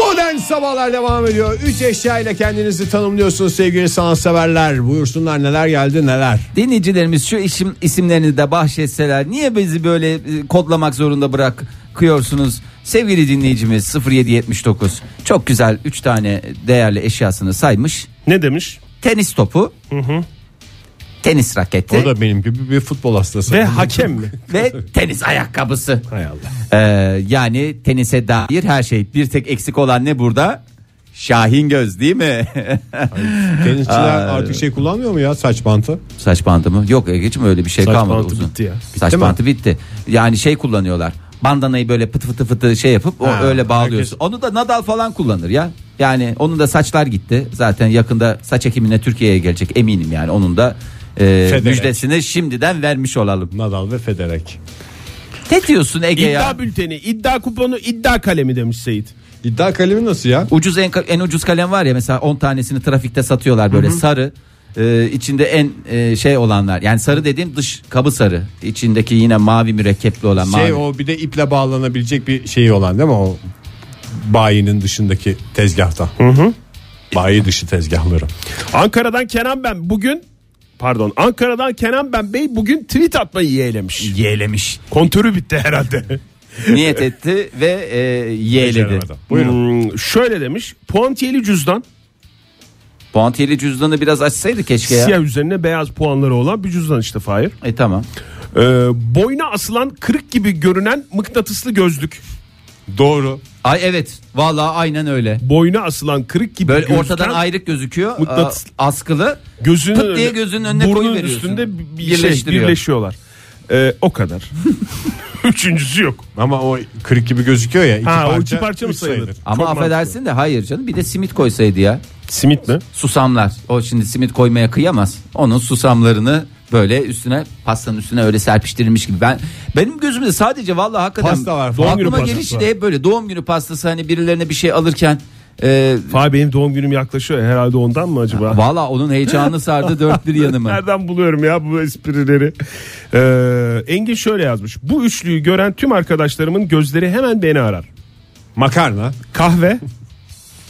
B: Modern sabahlar devam ediyor. Üç eşyayla kendinizi tanımlıyorsunuz sevgili sanatseverler. Buyursunlar neler geldi neler.
D: Dinleyicilerimiz şu isim isimlerini de bahşetseler niye bizi böyle e, kodlamak zorunda bırakıyorsunuz? Sevgili dinleyicimiz 0779 çok güzel 3 tane değerli eşyasını saymış.
C: Ne demiş?
D: Tenis topu, tenis raketi
B: O da benim gibi bir futbol hastası.
C: Ve hakem mi?
D: ve tenis ayakkabısı.
B: Hay Allah.
D: Ee, yani tenise dair her şey. Bir tek eksik olan ne burada? Şahin göz değil mi?
B: Tenisçiler artık şey kullanmıyor mu ya saç bantı?
D: Saç bandı mı? Yok Ege'cim öyle bir şey
C: Saç
D: kalmadı.
C: bantı
D: uzun.
C: bitti ya.
D: Saç
B: mi?
D: bantı bitti. Yani şey kullanıyorlar. Bandanayı böyle pıtı pıtı pıtı şey yapıp o
B: Ha,
D: öyle bağlıyorsun. Onu da Nadal falan kullanır ya. Yani onun da saçlar gitti. Zaten yakında saç ekimine Türkiye'ye gelecek eminim yani. Onun da e,
B: Federer.
D: müjdesini şimdiden vermiş olalım.
B: Nadal ve Federek.
D: Ne diyorsun Ege ya?
C: İddia bülteni, iddia kuponu, iddia kalemi demiş Seyit.
B: İddia kalemi nasıl ya?
D: Ucuz en, en ucuz kalem var ya mesela 10 tanesini trafikte satıyorlar böyle sarı. Ee, içinde en e, şey olanlar yani sarı dediğim dış kabı sarı içindeki yine mavi mürekkepli olan
B: Şey
D: mavi.
B: o bir de iple bağlanabilecek bir şeyi olan değil mi o? Bayinin dışındaki tezgahta. Hı hı. Bayi dışı tezgahları.
C: Ankara'dan Kenan ben bugün pardon Ankara'dan Kenan ben bey bugün tweet atmayı yeğlemiş.
D: yeğlemiş.
C: Kontörü bitti herhalde.
D: Niyet etti ve e, yeğledi.
B: Beceremedim.
C: Hmm, şöyle demiş. Puantiyeli cüzdan.
D: Puantiyeli cüzdanı biraz açsaydı keşke ya.
C: Siyah üzerine beyaz puanları olan bir cüzdan işte Fahir.
D: E tamam.
C: Ee, boyna asılan kırık gibi görünen mıknatıslı gözlük.
B: Doğru.
D: Ay evet. Vallahi aynen öyle.
C: Boyna asılan kırık gibi
D: Böyle
C: gözüken
D: ortadan ayrık gözüküyor.
C: Mıknatıs-
D: a- askılı.
C: gözünün
D: pıt diye
C: önüne-
D: gözünün önüne
C: burnun
D: koyuveriyorsun.
C: üstünde bir- bir şey,
D: Birleştiriyor.
C: birleşiyorlar. Ee, o kadar. Üçüncüsü yok.
B: Ama o kırık gibi gözüküyor ya. iki
C: Ha, o
B: parça,
C: iki parça mı
B: üç
C: sayılır?
D: Ama
C: Çok
D: affedersin de hayır canım. Bir de simit koysaydı ya.
C: Simit mi?
D: Susamlar. O şimdi simit koymaya kıyamaz. Onun susamlarını böyle üstüne pastanın üstüne öyle serpiştirilmiş gibi. Ben benim gözümde sadece vallahi hakikaten
B: Pasta var,
C: doğum günü
D: aklıma
C: pastası
D: gelişi
C: var.
D: de hep böyle doğum günü pastası hani birilerine bir şey alırken e,
C: Fahir benim doğum günüm yaklaşıyor. ya, Herhalde ondan mı acaba?
D: Valla onun heyecanı sardı dört bir yanımı.
C: Nereden buluyorum ya bu esprileri? Ee, Engin şöyle yazmış. Bu üçlüyü gören tüm arkadaşlarımın gözleri hemen beni arar.
B: Makarna.
C: Kahve,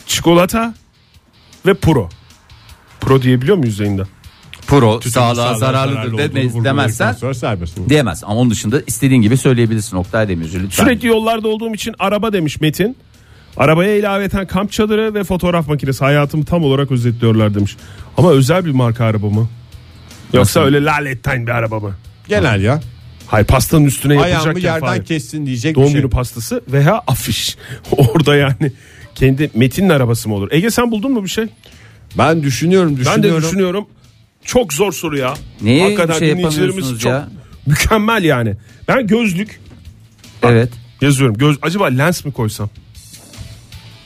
C: çikolata ve pro. Pro diyebiliyor muyuz yayında?
D: Pro
B: Tütün
D: sağlığa zararlıdır
B: zararlı
D: deme-
B: olduğunu
D: demezsen
B: vurguladıktan sonra serbest.
D: diyemez. Ama onun dışında istediğin gibi söyleyebilirsin Oktay Demirci lütfen.
C: Sürekli yollarda olduğum için araba demiş Metin. Arabaya ilaveten kamp çadırı ve fotoğraf makinesi hayatımı tam olarak özetliyorlar demiş. Ama özel bir marka araba mı? Yoksa
D: Nasıl?
C: öyle laletten bir araba mı?
B: Genel ya.
C: Hayır pastanın üstüne
B: Ayağımı
C: yapılacak ya
B: yerden
C: Fahir.
B: kessin diyecek
C: Doğum
B: bir şey.
C: günü pastası veya afiş. Orada yani kendi Metin'in arabası mı olur? Ege sen buldun mu bir şey?
B: Ben düşünüyorum
C: Ben
B: düşünüyorum.
C: de düşünüyorum. Çok zor soru ya.
D: Neye
C: Hakikaten
D: şey
C: dinleyicilerimiz
D: yapamıyorsunuz
C: çok
D: ya?
C: Mükemmel yani. Ben gözlük
D: Evet.
C: yazıyorum. Göz acaba lens mi koysam?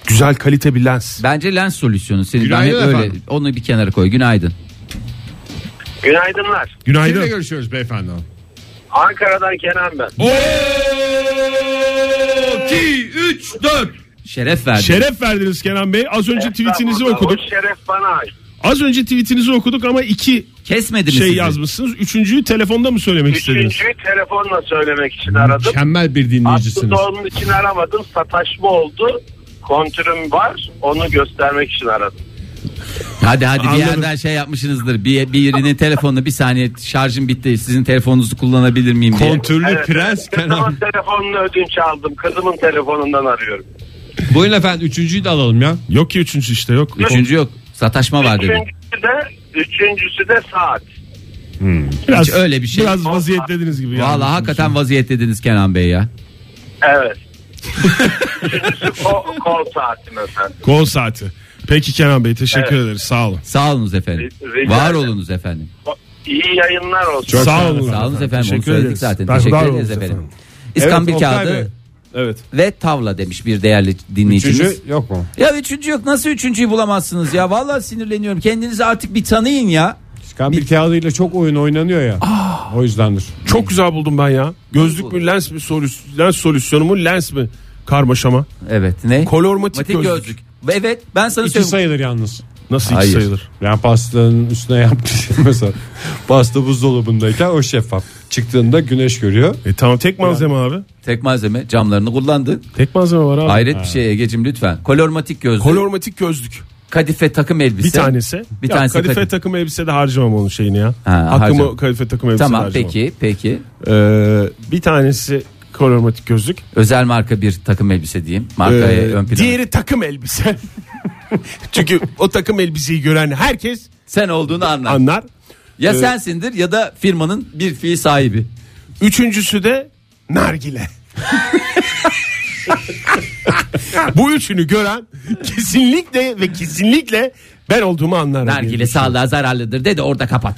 C: Güzel kalite bir lens.
D: Bence lens solüsyonu. Senin
B: Günaydın
D: ben hep öyle
B: efendim.
D: onu bir kenara koy. Günaydın.
G: Günaydınlar.
C: Günaydın.
B: Kimle görüşüyoruz beyefendi?
G: Ankara'dan Kenan ben.
D: 2 3 4 Şeref verdi.
C: Şeref verdiniz Kenan Bey. Az önce tweetinizi
G: Estağfurullah,
C: okuduk.
G: O şeref bana ait.
C: Az önce tweetinizi okuduk ama iki
D: Kesmediniz
C: şey
D: sizi.
C: yazmışsınız. Üçüncüyü telefonda mı söylemek istediniz?
G: Üçüncüyü telefonla söylemek için aradım.
B: Mükemmel bir
G: Aslında
B: dinleyicisiniz.
G: onun için aramadım. Sataşma oldu. Kontürüm var. Onu göstermek için aradım.
D: Hadi hadi bir
C: Anladım.
D: yerden şey yapmışsınızdır. Bir, birinin telefonunu bir saniye şarjım bitti. Sizin telefonunuzu kullanabilir miyim diye.
B: Kontürlü prens
G: Kızımın
B: Kenan.
G: telefonunu ödünç aldım. Kızımın telefonundan arıyorum.
B: Buyurun efendim üçüncüyü de alalım ya.
C: Yok ki üçüncü işte yok.
D: Üçüncü yok. Sataşma var dedi.
G: Üçüncüsü de, üçüncüsü de saat.
C: Biraz,
D: Hiç öyle bir şey.
C: Biraz vaziyetlediniz gibi. yani.
D: Vallahi hakikaten vaziyet dediniz Kenan Bey ya.
G: Evet. Üçüncüsü ko- kol saati mesela.
C: Gol saati. Peki Kenan Bey teşekkür
G: Evet.
C: ederiz. Sağ olun.
D: Sağ olunuz efendim.
G: Rica
D: Var
G: ederim.
D: olunuz efendim.
G: İyi yayınlar olsun.
C: Sağ olun.
D: Sağ olun efendim. Onu
C: Teşekkür
D: söyledik
C: ederiz.
D: zaten.
C: Ben-
D: Teşekkür
C: var
D: ederiz
C: olunuz
D: efendim.
C: efendim.
D: İskambil
B: Evet, Oktay
D: kağıdı
B: Bey.
C: Evet.
D: ve tavla demiş bir değerli dinleyicimiz.
B: Üçüncü yok mu?
D: Ya üçüncü yok nasıl üçüncüyü bulamazsınız ya vallahi sinirleniyorum kendinizi artık bir tanıyın ya.
B: Çıkan bir kağıdıyla çok oyun oynanıyor ya. O yüzdendir.
C: Çok güzel buldum ben ya. Gözlük mü lens mi solüs- lens solüsyonu mu lens mi karmaşama?
D: Evet ne?
C: Kolormatik
D: Matik
C: gözlük.
D: gözlük. Evet ben sana
B: İki
D: söyleyeyim.
B: sayılır yalnız.
C: Nasıl iki
D: Hayır.
C: sayılır?
B: Yani pastanın üstüne yaptığı mesela pasta buzdolabındayken o şeffaf. Çıktığında güneş görüyor.
C: E tamam tek malzeme abi.
D: Tek malzeme camlarını kullandı.
C: Tek malzeme var abi.
D: Hayret bir şey Ege'cim lütfen. Kolormatik gözlük.
C: Kolormatik gözlük.
D: Kadife takım elbise.
C: Bir tanesi.
D: Bir
C: Bir
D: tanesi
C: kadife
D: kadife.
C: takım elbise de harcamam onun şeyini ya.
D: Ha,
C: Hakkımı
D: harcamam.
C: kadife takım elbise
D: Tamam
C: harcamam.
D: peki peki.
C: Ee, bir tanesi kolormatik gözlük.
D: Özel marka bir takım elbise diyeyim. Markaya
C: Ee,
D: ön plana.
C: diğeri takım elbise. Çünkü o takım elbiseyi gören herkes
D: Sen olduğunu anlar.
C: anlar.
D: ya
C: Ee,
D: sensindir ya da firmanın bir fiil sahibi.
C: Üçüncüsü de nargile. Bu üçünü gören kesinlikle ve kesinlikle ben olduğumu anlar.
D: Nargile sağlığa zararlıdır de de orada kapat.